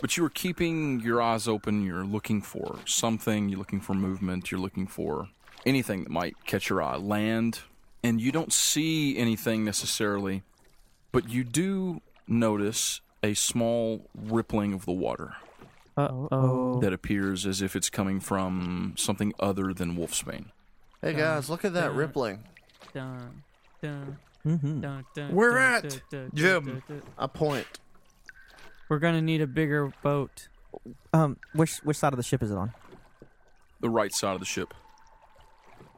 but you are keeping your eyes open. You're looking for something, you're looking for movement, you're looking for anything that might catch your eye, land, and you don't see anything necessarily, but you do notice a small rippling of the water Uh oh. that appears as if it's coming from something other than Wolfsbane. Hey guys, look at that rippling. Dun, dun, Mm-hmm. dun, dun, We're dun, at, dun, dun, dun, Jim. dun, dun. I point. We're gonna need a bigger boat. Um, which which side of the ship is it on? The right side of the ship.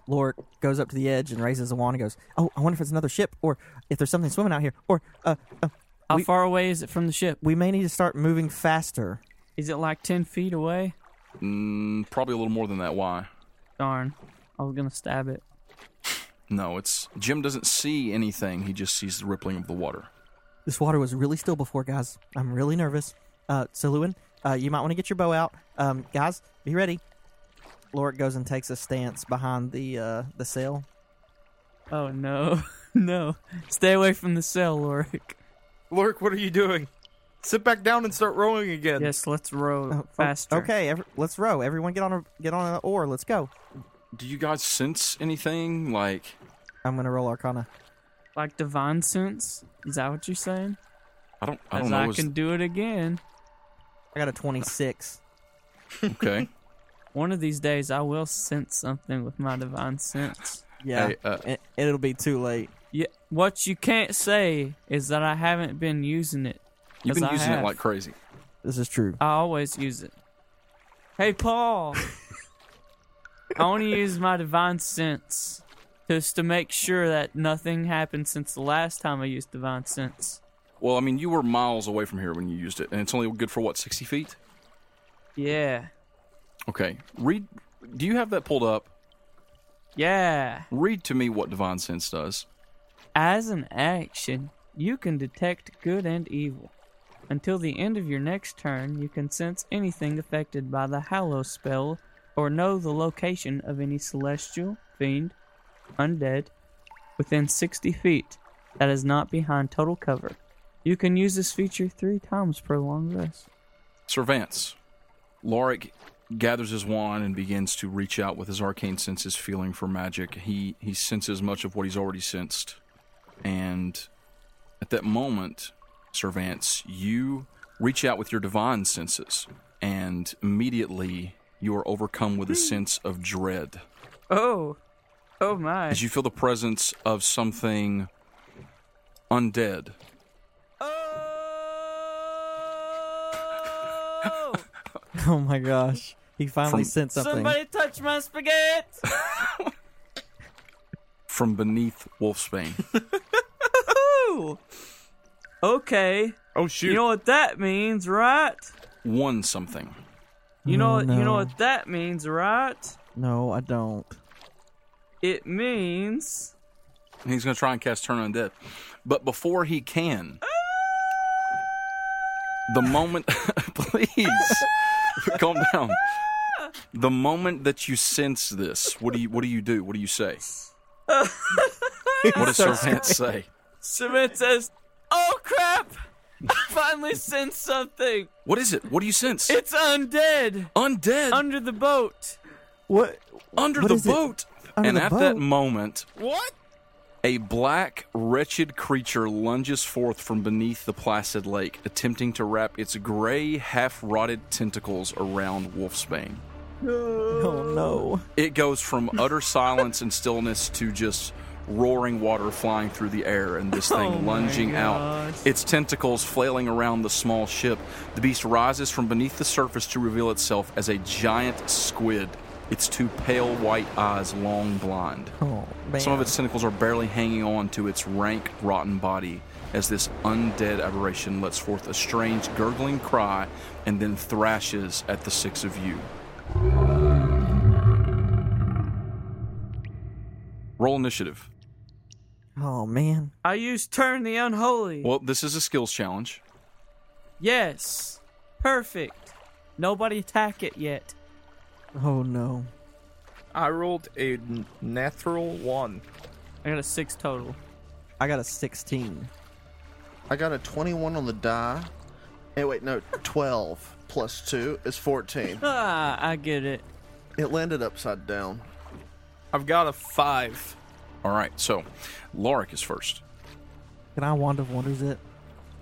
Lork goes up to the edge and raises a wand and goes, "Oh, I wonder if it's another ship, or if there's something swimming out here, or uh, uh, How We- far away is it from the ship? we may need to start moving faster." Is it like ten feet away? Mm, probably a little more than that. Why? Darn, I was gonna stab it. No, it's Jim doesn't see anything. He just sees the rippling of the water. This water was really still before, guys. I'm really nervous. Uh, Saluin, uh, you might want to get your bow out. Um, guys, be ready. Lork goes and takes a stance behind the uh, the sail. Oh no, no! Stay away from the cell, Lorik. Lurk, what are you doing? Sit back down and start rowing again. Yes, let's row Oh, oh, faster. Okay, every, let's row. Everyone, get on a get on an oar. Let's go. Do you guys sense anything? Like, I'm gonna roll Arcana. Like divine sense? Is that what you're saying? I don't, I As don't I, know. is- can do it again. I got a 26. okay, One of these days, I will sense something with my divine sense. Yeah, Hey, uh, and, and it'll be too late. Yeah, what you can't say is that I haven't been using it. you've 'cause been I using have. it like crazy. This is true. I always use it. Hey, Paul. I only use my divine sense just to make sure that nothing happened since the last time I used divine sense. Well, I mean, you were miles away from here when you used it, and it's only good for what sixty feet. Yeah. Okay, read. Do you have that pulled up? Yeah. Read to me what divine sense does. As an action, you can detect good and evil. Until the end of your next turn, you can sense anything affected by the Hallow spell or know the location of any celestial, fiend, undead within 60 feet that is not behind total cover. You can use this feature three times per long rest. Servants. Lorik gathers his wand and begins to reach out with his arcane senses, feeling for magic. He he senses much of what he's already sensed, and at that moment, Servants, you reach out with your divine senses, and immediately you are overcome with a sense of dread Oh, oh my. as you feel the presence of something undead. Oh! Oh my gosh. He finally From- sent something. Somebody touch my spaghetti! From beneath Wolfsbane, Ooh. Okay. Oh shoot. You know what that means, right? one something. You know Oh, you know no. what that means, right? No, I don't. It means He's going to try and cast Turn Undead. But before he can, the moment, please calm down. The moment that you sense this, what do you what do you do? What do you say? what does Servant say? Cement says, "Oh crap! I finally sensed something. What is it? What do you sense? It's undead Undead under the boat. What? under what the is it? boat. Under and the at that boat? moment, What? A black, wretched creature lunges forth from beneath the placid lake, attempting to wrap its gray, half rotted tentacles around Wolfsbane. Oh no! It goes from utter silence and stillness to just roaring water flying through the air and this thing Oh my lunging out, gosh. its tentacles flailing around the small ship. The beast rises from beneath the surface to reveal itself as a giant squid, its two pale white eyes long blind. Oh man! Some of its tentacles are barely hanging on to its rank, rotten body as this undead aberration lets forth a strange, gurgling cry and then thrashes at the six of you. Roll initiative. Oh man! I used turn the unholy. Well, this is a skills challenge. Yes, perfect. Nobody attack it yet. Oh no! I rolled a n- natural one. I got a six total. I got a sixteen. I got a 21 on the die. Hey, wait, no, 12 plus 2 is 14. Ah, I get it. It landed upside down. I've got a five. All right, so Lorik is first. Can I wand of wonders it?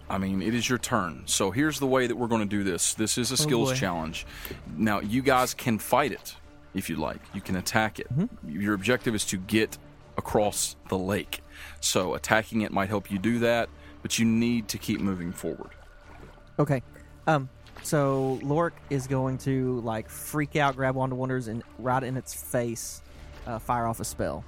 I mean, it is your turn. So here's the way that we're going to do this. This is a skills boy. challenge. Now, you guys can fight it if you like. You can attack it. Your objective is to get across the lake. So attacking it might help you do that, but you need to keep moving forward. Okay. Um. So Lork is going to like freak out, grab wand of wonders, and right in its face, uh, fire off a spell.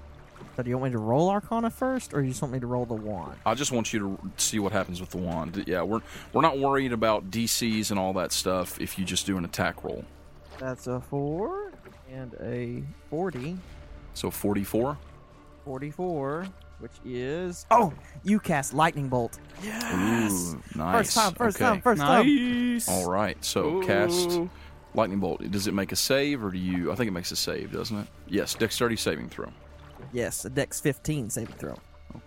So do you want me to roll Arcana first, or you just want me to roll the wand? I just want you to see what happens with the wand. Yeah, we're we're not worried about DCs and all that stuff if you just do an attack roll. That's a four and a forty. So 44. 44, which is. Oh! You cast Lightning Bolt. Yes. Ooh, nice. First time, first Okay. time, first time. Nice. All right, so cast lightning bolt. Does it make a save, or do you? I think it makes a save, doesn't it? Yes, dexterity saving throw. Yes, a dex 15 saving throw.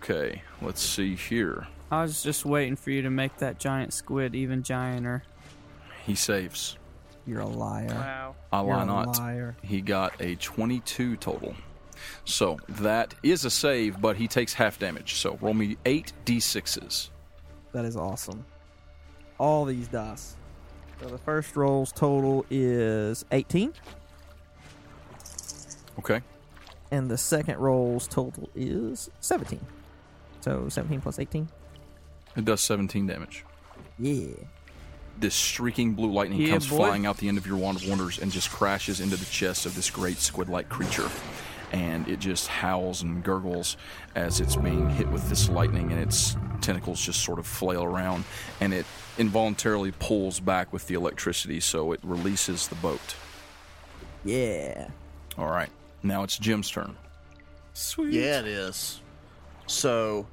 Okay, let's see here. I was just waiting for you to make that giant squid even gianter. He saves. You're a liar. Wow. I lie You're a not. liar. He got a 22 total. So that is a save, but he takes half damage. So roll me eight d6s. That is awesome. All these dice. So the first roll's total is 18, Okay, and the second roll's total is 17. So 17 plus 18? it does 17 damage. Yeah. This streaking blue lightning Yeah, comes boy. flying out the end of your wand of wonders and just crashes into the chest of this great squid like creature. And it just howls and gurgles as it's being hit with this lightning, and its tentacles just sort of flail around. And it involuntarily pulls back with the electricity, so it releases the boat. Yeah. All right, now it's Jim's turn. Sweet. Yeah, it is. So,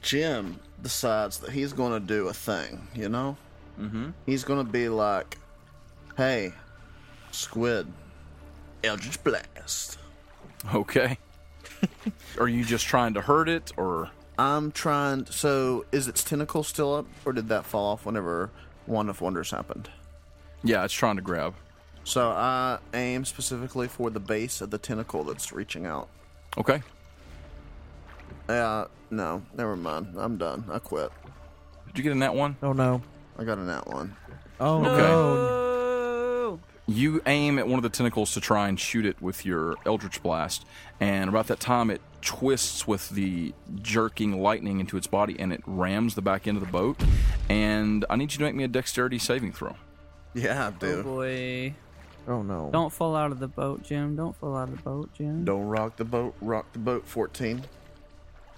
Jim decides that he's going to do a thing, you know? Mm-hmm. He's going to be like, hey, Squid, Eldritch Blast. Okay. Are you just trying to hurt it, or I'm trying. So, is its tentacle still up, or did that fall off whenever Wand of Wonders happened? yeah, it's trying to grab? So, I aim specifically for the base of the tentacle that's reaching out. Okay, Uh, no, never mind. I'm done. I quit. did you get in that one? Oh no. I got an that one. Oh Okay. no. Oh. you aim at one of the tentacles to try and shoot it with your eldritch blast and about that time it twists with the jerking lightning into its body and it rams the back end of the boat and i need you to make me a dexterity saving throw Yeah, I oh do. boy. Oh no. Don't fall out of the boat, Jim. Don't fall out of the boat, Jim. Don't rock the boat. Rock the boat. 14.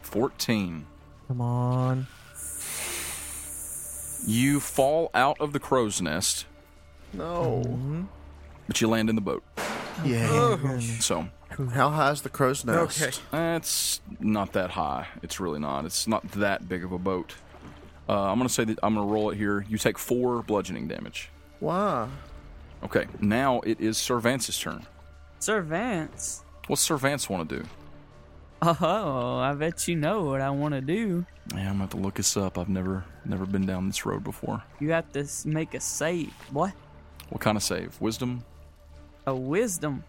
14 Come on. you fall out of the crow's nest No. but you land in the boat Oh, Yeah. so How high is the crow's nest? Okay. that's not that high it's really not it's not that big of a boat Uh, I'm gonna say that I'm gonna roll it here. You take four bludgeoning damage. Wow. Okay, now it is Sir Vance's turn. Sir Vance. What's Sir Vance want to do? Oh, I bet you know what I want to do. Yeah, I'm gonna have to look this up. I've never never been down this road before. You have to s- make a save. What? What kind of save? Wisdom? A wisdom.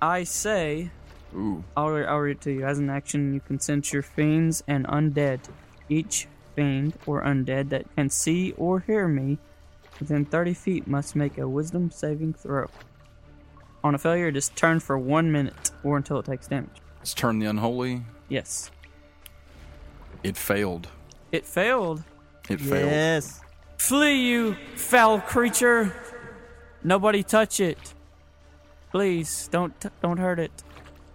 I say, Ooh, I'll, re- I'll read it to you. As an action, you can sense your fiends and undead. Each fiend or undead that can see or hear me within 30 feet must make a wisdom saving throw. On a failure, just turn for one minute or until it takes damage. let's turn the unholy. Yes. It failed. It failed. It failed. Yes. Flee, you foul creature! Nobody touch it. Please, don't t- don't hurt it.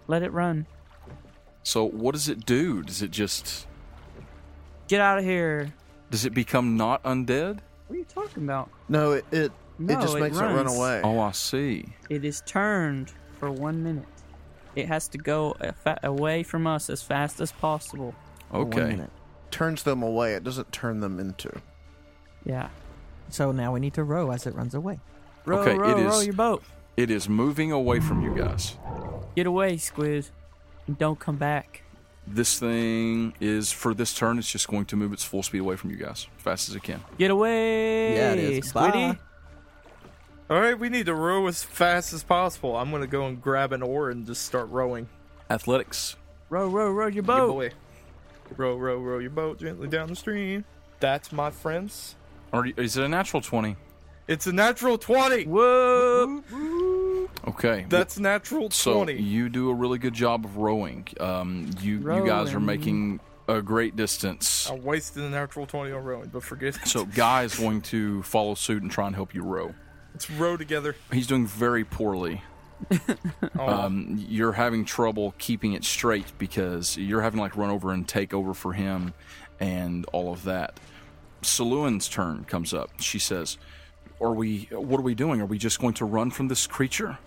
Let it run. So what does it do? Does it just Get out of here. does it become not undead? What are you talking about? No, it it, No, it just it makes it run runs. away. Oh, I see. It is turned for one minute. It has to go a- fa- away from us as fast as possible. One Okay. Oh, minute. Turns them away. It doesn't turn them into. Yeah. So now we need to row as it runs away. Row, Okay, row, it row is- your boat. It is moving away from you guys. Get away, Squid. And don't come back. This thing is for this turn. It's just going to move its full speed away from you guys, fast as it can. Get away, Yeah, it is. Squiddy. Bye. All right, we need to row as fast as possible. I'm gonna go and grab an oar and just start rowing. Athletics. Row, row, row your Your boat. boy. Row, row, row your boat gently down the stream. That's my friends. Or is it a natural twenty? It's a natural 20. Whoop. Okay. That's natural so 20. you do a really good job of rowing. Um, you you guys are Rowing. making a great distance. I wasted a natural 20 on rowing, but forget it. So Guy is going to follow suit and try and help you row. Let's row together. He's doing very poorly. Oh, Um, you're having trouble keeping it straight because you're having to, like run over and take over for him and all of that. Saluan's turn comes up. She says, "Are we? What are we doing? Are we just going to run from this creature?"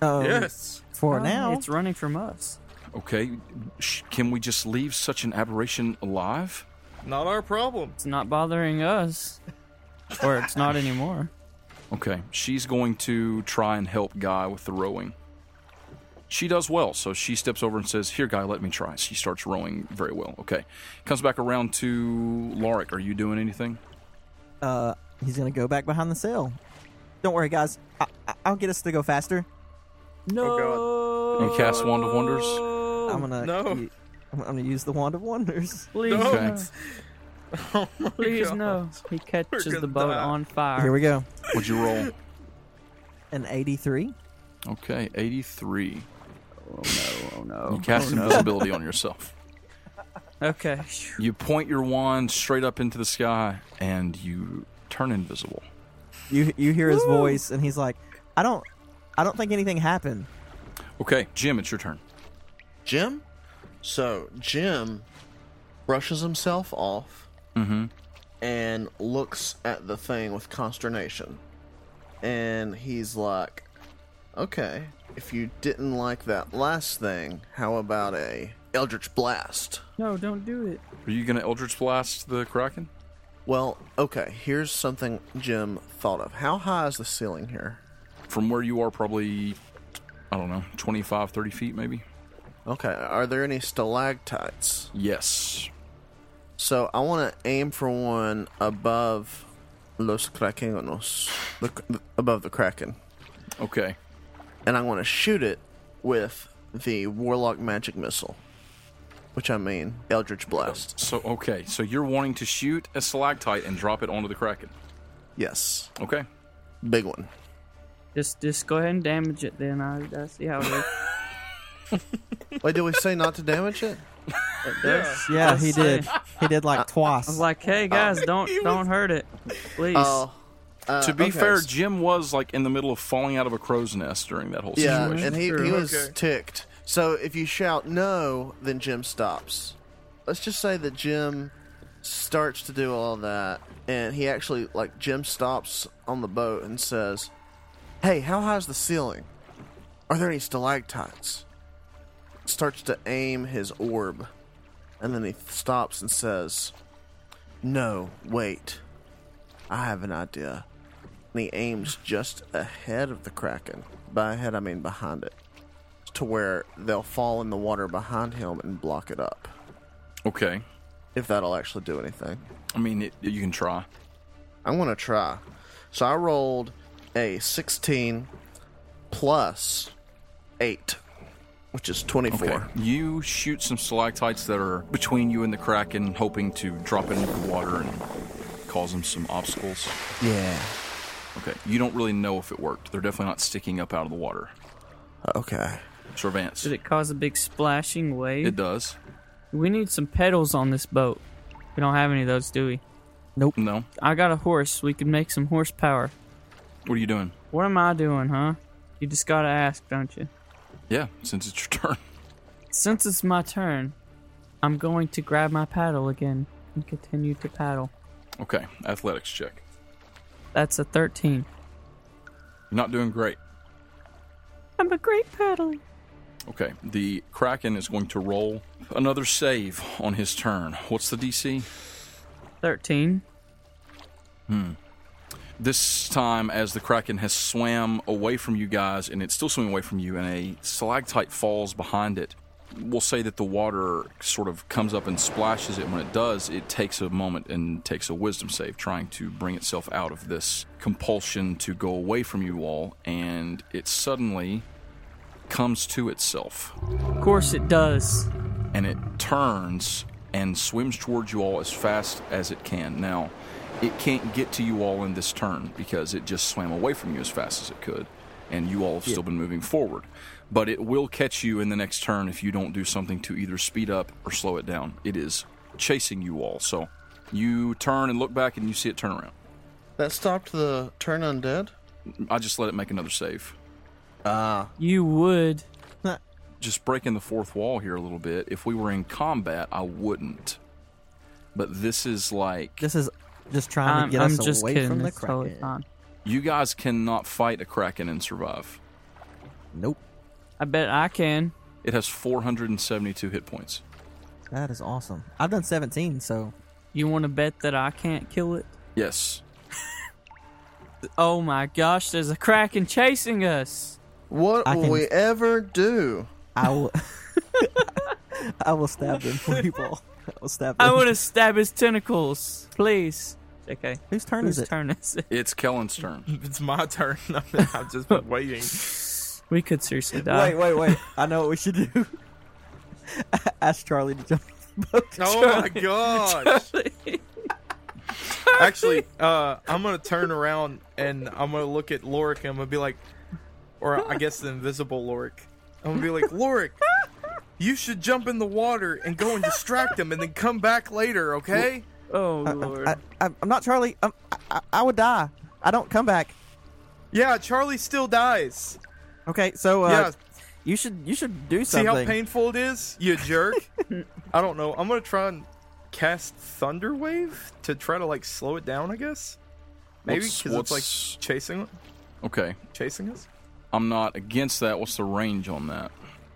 Um, yes. For Oh, now, It's running from us. Okay, sh- can we just leave such an aberration alive? Not our problem. It's not bothering us. or it's not anymore. Okay, she's going to try and help Guy with the rowing. She does well, so she steps over and says, Here, Guy, let me try. She starts rowing very well. Okay, comes back around to Lorik. Are you doing anything? uh, he's gonna go back behind the sail. Don't worry, guys. I- I- I'll get us to go faster. No. Oh, God. You cast Wand of Wonders? I'm gonna. no. u- I'm I'm gonna use the wand of wonders. Please, No. no. Oh my Please, God. no. He catches gonna the boat die. on fire. Here we go. Would you roll? An 83. Okay, 83. Oh no! Oh no! You cast invisibility on yourself. Okay. You point your wand straight up into the sky, and you turn invisible. You you hear his voice, and he's like, "I don't, I don't think anything happened." Okay, Jim, it's your turn. Jim? So Jim brushes himself off Mm-hmm. and looks at the thing with consternation. And he's like, okay, if you didn't like that last thing, how about a Eldritch Blast? No, don't do it. Are you going to Eldritch Blast the Kraken? Well, okay, here's something Jim thought of. How high is the ceiling here? From where you are, probably, I don't know, 25, 30 feet maybe? Okay, are there any stalactites? Yes. So I want to aim for one above Los Krakenos, the, the, above the Kraken. Okay. and I want to shoot it with the Warlock Magic Missile, which I mean Eldritch Blast. So okay. So you're wanting to shoot a stalactite and drop it onto the kraken. Yes, Okay. big one. Just, just go ahead and damage it. Then I, I see how it, is. Wait, did we say not to damage it? it does. Yeah, Just he saying. did. I He did Uh, like twice. was like, hey guys, Uh, don't, don't hurt it, please. Oh, uh, to be okay. fair, Jim was like in the middle of falling out of a crow's nest during that whole yeah, situation. and he, True. he was Okay. ticked. So if you shout no, then Jim stops. Let's just say that Jim starts to do all that, and he actually like Jim stops on the boat and says, "Hey, how high is the ceiling? Are there any stalactites?" Starts to aim his orb, and then he stops and says, No, wait. I have an idea. And he aims just ahead of the Kraken. By ahead, I mean behind it. To where they'll fall in the water behind him and block it up. Okay. If that'll actually do anything. I mean, it, you can try. I'm going to try. So I rolled a 16 plus 8, which is 24. Okay. You shoot some stalactites that are between you and the Kraken, hoping to drop it into the water and cause them some obstacles. Yeah. Okay. You don't really know if it worked. They're definitely not sticking up out of the water. Okay. Servance. Did it cause a big splashing wave? It does. we need some pedals on this boat. We don't have any of those, do we? No. I got a horse. We could make some horsepower. What are you doing? What am I doing, huh? You just gotta ask, don't you? Yeah, since it's your turn. Since it's my turn, I'm going to grab my paddle again and continue to paddle. Okay. Athletics check. That's a 13. You're not doing great. I'm a great paddler. Okay. The Kraken is going to roll another save on his turn. What's the DC? 13. This time, as the Kraken has swam away from you guys, and it's still swimming away from you, and a stalactite falls behind it, we'll say that the water sort of comes up and splashes it. When it does, it takes a moment and takes a wisdom save, trying to bring itself out of this compulsion to go away from you all, and it suddenly comes to itself Of course it does. and it turns and swims towards you all as fast as it can. Now, it can't get to you all in this turn because it just swam away from you as fast as it could, and you all have still been moving forward. But it will catch you in the next turn if you don't do something to either speed up or slow it down. It is chasing you all, so you turn and look back and you see it turn around. That stopped the turn undead? I just let it make another save. Ah. You would. just breaking the fourth wall here a little bit. If we were in combat, I wouldn't. But this is like This is just trying to I'm, get Um, I'm us just away kidding. from the It's totally Kraken. fine. you guys cannot fight a kraken and survive. nope. I bet I can. It has 472 hit points. That is awesome. I've done 17, so You want to bet that I can't kill it? Yes. Oh my gosh, there's a kraken chasing us. What I will can- we ever do? I will. I will stab them for you, Paul. I will stab them. I want to stab his tentacles. Please. Okay. Whose turn Whose is it? turn is it? It's Kellen's turn. It's my turn. I've just been waiting. We could seriously die. Wait, wait, wait! I know what we should do. Ask Charlie to jump. Oh my gosh! Actually, uh, I'm gonna turn around and I'm gonna look at Lorik and I'm gonna be like, or I guess the invisible Lorik. I'm gonna be like, Lorik, you should jump in the water and go and distract him, and then come back later, okay? Oh lord. I, I, I'm not Charlie. I'm, I, I- I would die. I don't come back. Yeah, Charlie still dies. Okay, so uh, yeah, you should you should do see something. how painful it is, you jerk. I don't know. I'm gonna try and cast Thunder Wave to try to like slow it down. I guess maybe What's- because it's like what's- chasing, Okay. chasing us. I'm not against that. What's the range on that?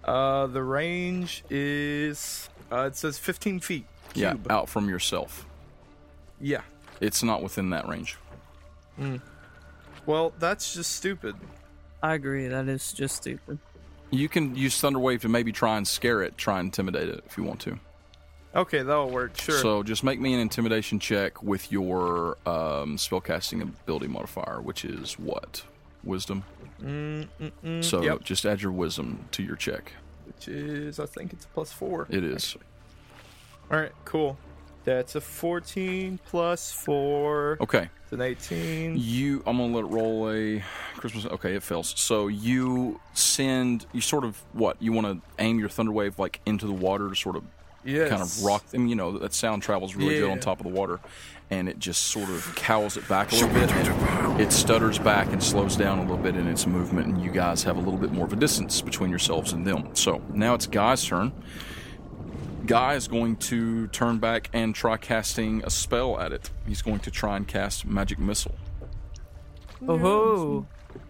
Uh, the range is uh, it says 15 feet. Yeah, Cube. out from yourself. Yeah. It's not within that range. Well, that's just stupid. I agree. That is just stupid. You can use Thunderwave to maybe try and scare it, try and intimidate it if you want to. Okay, that'll work. Sure. So just make me an intimidation check with your um, spellcasting ability modifier, which is what? Wisdom? Mm-mm-mm. So Mm, yep. just add your wisdom to your check. which is I think it's plus four. It is. All right, cool. That's a 14 plus four. Okay. It's an 18. Oh. You I'm gonna let it roll a Christmas okay, it fails. So you send you sort of what, you wanna aim your thunder wave like into the water to sort of Yes. kind of rock them, you know, that sound travels really good on Yeah. top of the water. And it just sort of cowls it back a little bit. And it stutters back and slows down a little bit in its movement, and you guys have a little bit more of a distance between yourselves and them. So now it's Guy's turn. Guy is going to turn back and try casting a spell at it. He's going to try and cast Magic Missile. Oh ho.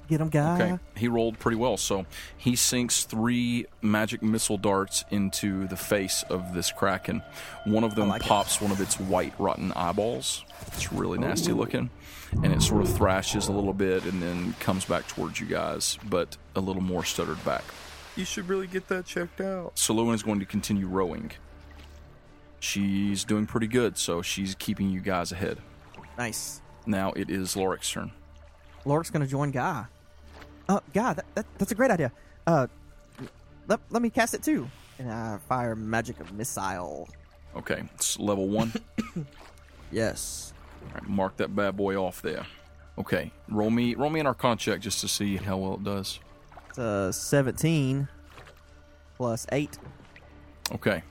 Get him, guy. Okay. He rolled pretty well. So he sinks three magic missile darts into the face of this kraken. One of them like it. pops one of its white, rotten eyeballs. It's really nasty looking. And it sort of thrashes a little bit and then comes back towards you guys, but a little more stuttered back. You should really get that checked out. Saloon is going to continue rowing. She's doing pretty good, so she's keeping you guys ahead. Nice. Now it is Lorik's turn. Lork's gonna join Guy. Uh, Guy, that, that, that's a great idea. Uh, let, let me cast it too. And I fire magic missile. Okay, it's level one. Yes. All right, mark that bad boy off there. Okay, roll me roll me an Arcana check just to see how well it does. It's uh, 17 plus 8. Okay,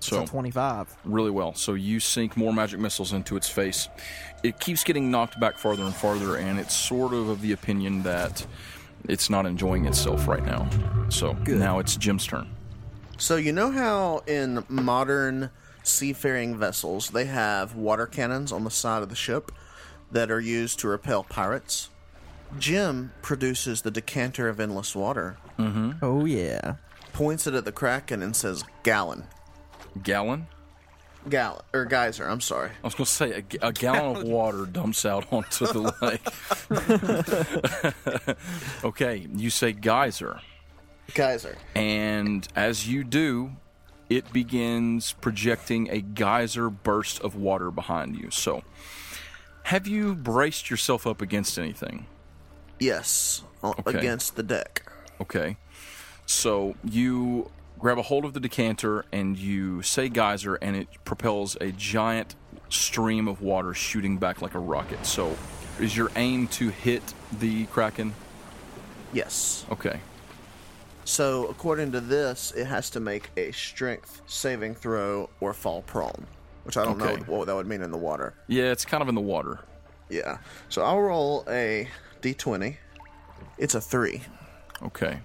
so So 25. really well. So you sink more magic missiles into its face. It keeps getting knocked back farther and farther, and it's sort of of the opinion that it's not enjoying itself right now. So now it's Jim's turn. So you know how in modern seafaring vessels they have water cannons on the side of the ship that are used to repel pirates? Jim produces the decanter of endless water, Oh, yeah. points it at the kraken, and says, "Gallon, Gallon. gallon, or geyser." I'm sorry. I was going to say a, g- a gallon of water dumps out onto the lake. okay, you say geyser. Geyser. And as you do, it begins projecting a geyser burst of water behind you. So, have you braced yourself up against anything? Yes, o- Okay. against the deck. Okay. So, you grab a hold of the decanter and you say geyser, and it propels a giant stream of water shooting back like a rocket. So, is your aim to hit the Kraken? Yes. Okay. So according to this, it has to make a strength saving throw or fall prone, which I don't Okay. know what that would mean in the water. Yeah, it's kind of in the water. Yeah. So I'll roll a d20. It's a three. Okay.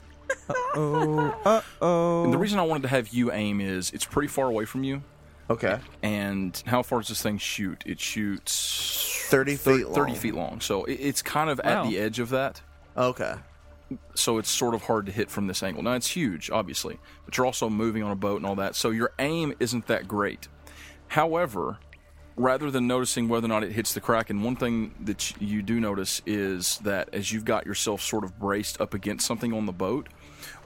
Oh, uh And oh. the reason I wanted to have you aim is it's pretty far away from you. Okay. And how far does this thing shoot? It shoots 30 feet long. 30 feet long. So it, it's kind of at Wow. the edge of that. Okay. So it's sort of hard to hit from this angle. Now, it's huge, obviously, but you're also moving on a boat and all that. So your aim isn't that great. However, rather than noticing whether or not it hits the crack, and one thing that y- you do notice is that as you've got yourself sort of braced up against something on the boat,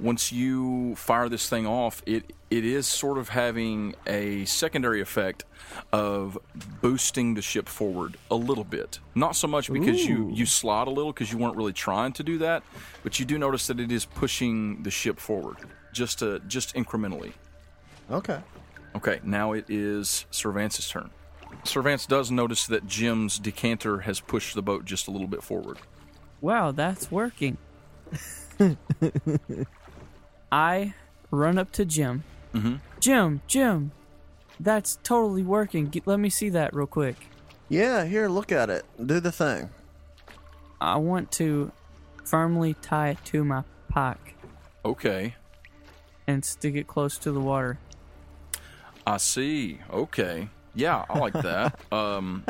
once you fire this thing off, it it is sort of having a secondary effect of boosting the ship forward a little bit. Not so much because you you slide a little because you weren't really trying to do that, but you do notice that it is pushing the ship forward just to just incrementally. Okay. Okay, now it is Cervantes' turn. Cervantes does notice that Jim's decanter has pushed the boat just a little bit forward. Wow, that's working. I run up to Jim. Mm-hmm. Jim, Jim, that's totally working. G let me see that real quick. Yeah, here, look at it. Do the thing. I want to firmly tie it to my pack Okay, and stick it close to the water. I see. Okay. Yeah, I like that. um,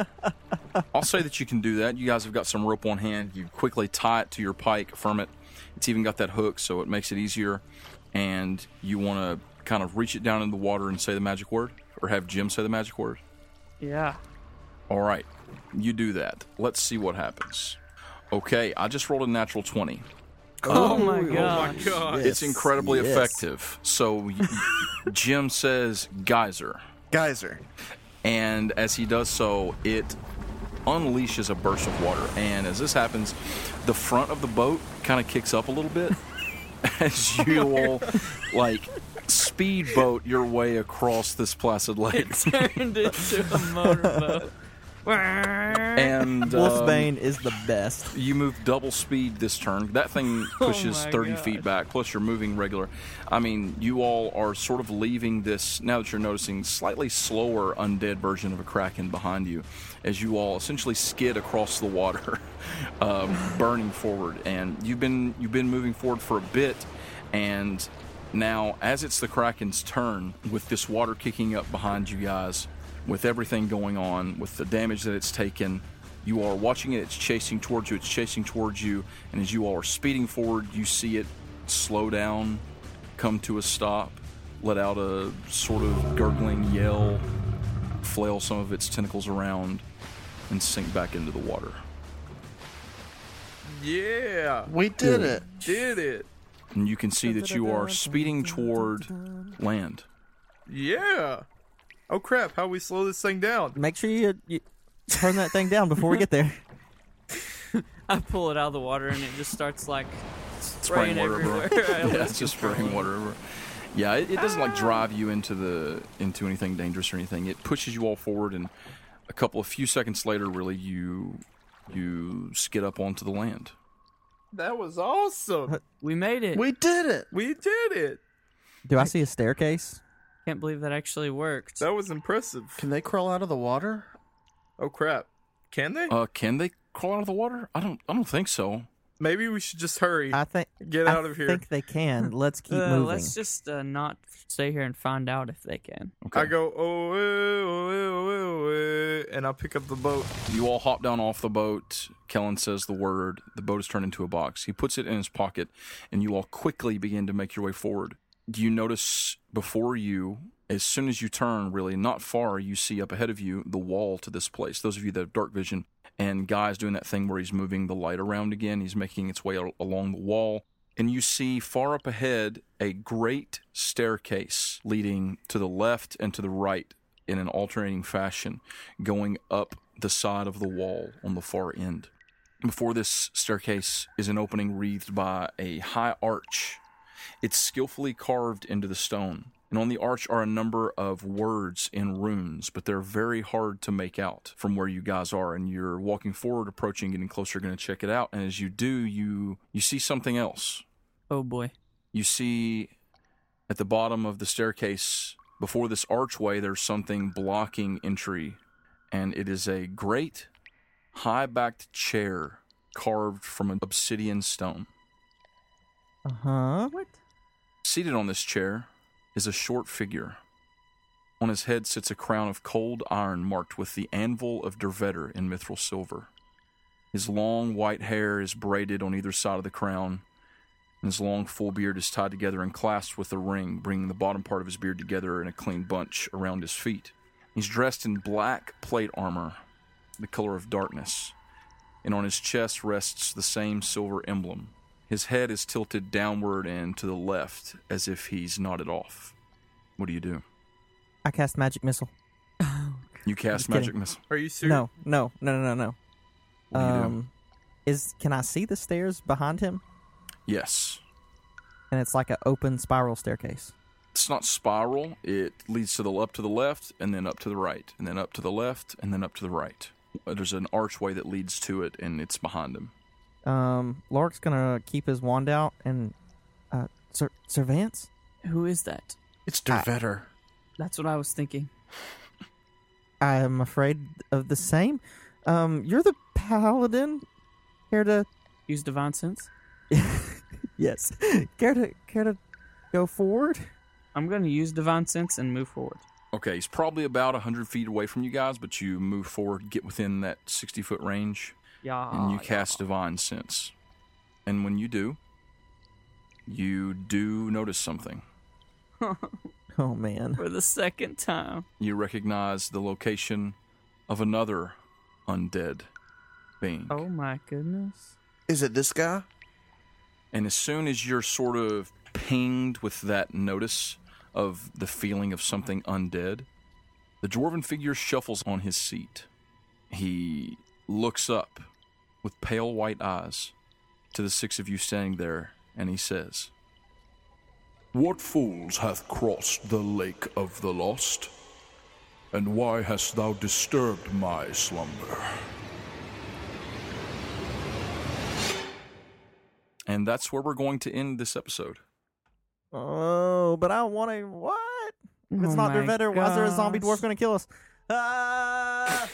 I'll say that you can do that. You guys have got some rope on hand. You quickly tie it to your pike, firm it. It's even got that hook, so it makes it easier. And you want to kind of reach it down in the water and say the magic word, or have Jim say the magic word. Yeah. All right, you do that. Let's see what happens. Okay, I just rolled a natural 20. Oh, my god. God. It's incredibly effective. So y- Jim says, Geyser. Geyser. and as he does so, it unleashes a burst of water. And as this happens, the front of the boat kind of kicks up a little bit as you will, like, speedboat your way across this placid lake. Turned into a motorboat. And um, Wolfbane is the best. you move double speed this turn. That thing pushes my 30 feet back, plus you're moving regular. I mean, you all are sort of leaving this, now that you're noticing, slightly slower undead version of a Kraken behind you as you all essentially skid across the water, um, burning forward. And you've been, you've been moving forward for a bit, and now as it's the Kraken's turn, with this water kicking up behind you guys, with everything going on, with the damage that it's taken, You are watching it, it's chasing towards you, it's chasing towards you, and as you all are speeding forward, you see it slow down, come to a stop, let out a sort of gurgling yell, flail some of its tentacles around, and sink back into the water. Yeah, We did it. did it. And you can see that you are speeding toward land. Yeah. Oh crap! How we slow this thing down? Make sure you, you turn that thing down before we get there. I pull it out of the water and it just starts like spraying spraying water everywhere. I everywhere. yeah, lose it's just control. spraying water everywhere. Yeah, it, it doesn't like drive you into the into anything dangerous or anything. It pushes you all forward, and a couple, a few seconds later, really, you you skid up onto the land. That was awesome. We made it. We did it. We did it. Do I see a staircase? Can't believe that actually worked. That was impressive. Can they crawl out of the water? Oh crap! Can they? Uh, can they crawl out of the water? I don't. I don't think so. Maybe we should just hurry. I think. Get I out of here. think they can. Let's keep Uh, moving. let's just uh, not stay here and find out if they can. Okay. I go oh, eh, oh, eh, oh, eh, oh, eh," and I pick up the boat. You all hop down off the boat. Kellen says the word. The boat is turned into a box. He puts it in his pocket, and you all quickly begin to make your way forward. You notice before you, as soon as you turn, really not far, you see up ahead of you the wall to this place. Those of you that have dark vision, and Guy's doing that thing where he's moving the light around again. He's making its way al- along the wall. And you see far up ahead a great staircase leading to the left and to the right in an alternating fashion going up the side of the wall on the far end. Before this staircase is an opening wreathed by a high arch. It's skillfully carved into the stone, and on the arch are a number of words in runes, but they're very hard to make out from where you guys are. And you're walking forward, approaching, getting closer, going to check it out. And as you do, you you see something else Oh boy. you see at the bottom of the staircase before this archway there's something blocking entry and it is a great high-backed chair carved from an obsidian stone Uh huh. seated on this chair is a short figure on his head sits a crown of cold iron marked with the anvil of Dervetter in mithril silver. His long white hair is braided on either side of the crown, and his long full beard is tied together and clasped with a ring, bringing the bottom part of his beard together in a clean bunch around his feet. He's dressed in black plate armor, the color of darkness, and on his chest rests the same silver emblem. His head is tilted downward and to the left as if he's nodded off. What do you do? I cast magic missile. You cast Just kidding. magic missile. Are you serious? No, no, no, no, no, no. What do you do? Um, is can I see the stairs behind him? Yes. And it's like an open spiral staircase. It's not spiral. It leads to the up to the left and then up to the right and then up to the left and then up to the right. Uh, There's an archway that leads to it and it's behind him. Um, Lark's gonna keep his wand out and uh, Sir Servance. Who is that? It's Dervetter. That's what I was thinking. I am afraid of the same. Um, you're the paladin. Care to? Use divine sense. yes. Care to? Care to go forward? I'm going to use divine sense and move forward. Okay, he's probably about 100 feet away from you guys, but you move forward, get within that 60 foot range, Yeah. and Oh, you cast Divine Sense. And when you do, you do notice something. Oh man. for the second time. You recognize the location of another undead being. Oh my goodness. Is it this guy? And as soon as you're sort of pinged with that notice of the feeling of something undead, the dwarven figure shuffles on his seat. He looks up with pale white eyes to the six of you standing there, and he says, What fools hath crossed the lake of the lost? And why hast thou disturbed my slumber? and that's where we're going to end this episode. Oh, but I want to. What? If it's Oh not my Dervetter, why is there a zombie gosh. dwarf gonna kill us? Ah!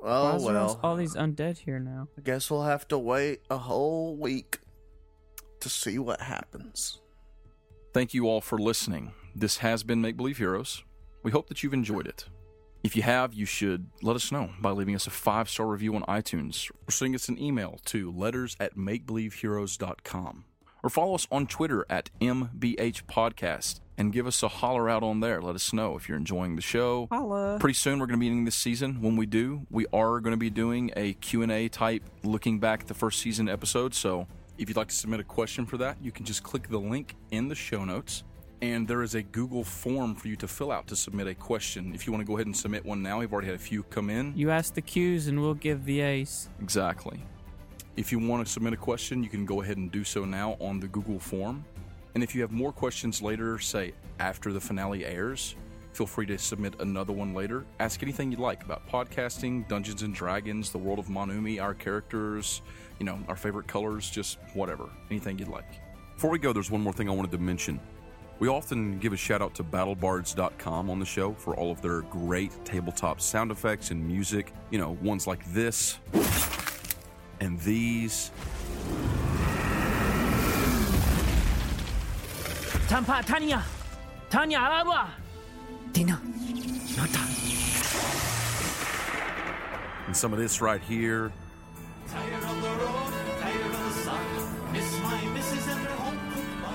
Why Oh is there all well. these undead here now. I guess we'll have to wait a whole week to see what happens. Thank you all for listening. This has been Make Believe Heroes. We hope that you've enjoyed it. If you have, you should let us know by leaving us a five star review on iTunes or sending us an email to letters at makebelieveheroes.com or follow us on Twitter at MBH Podcast and give us a holler out on there. Let us know if you're enjoying the show. Holla. Pretty soon we're going to be ending this season. When we do, we are going to be doing a Q&A type looking back at the first season episode. So if you'd like to submit a question for that, you can just click the link in the show notes. And there is a Google form for you to fill out to submit a question. If you want to go ahead and submit one now, we've already had a few come in. You ask the cues and we'll give the ace. Exactly. If you want to submit a question, you can go ahead and do so now on the Google form. And if you have more questions later, say after the finale airs, feel free to submit another one later. Ask anything you'd like about podcasting, Dungeons and Dragons, the world of Monumi, our characters, you know, our favorite colors, just whatever. Anything you'd like. Before we go, there's one more thing I wanted to mention. We often give a shout out to battlebards.com on the show for all of their great tabletop sound effects and music. You know, ones like this and these. Tampa Tanya! Tanya Araba! Dina! Nata! and some of this right here.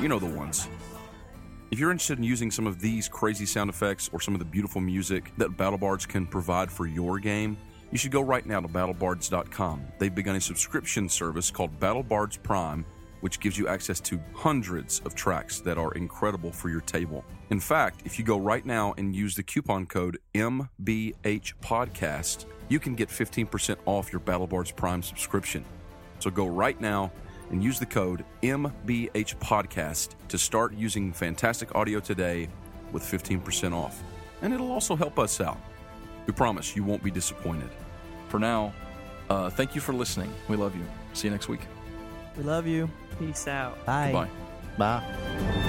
You know the ones. If you're interested in using some of these crazy sound effects or some of the beautiful music that BattleBards can provide for your game, you should go right now to battlebards.com. They've begun a subscription service called BattleBards Prime, which gives you access to hundreds of tracks that are incredible for your table. In fact, if you go right now and use the coupon code MBHPodcast, you can get 15% off your BattleBards Prime subscription. So go right now and use the code MBHPodcast to start using fantastic audio today with 15% off. And it'll also help us out. We promise you won't be disappointed. For now, uh, thank you for listening. We love you. See you next week. We love you. Peace out. Bye. Goodbye. Bye.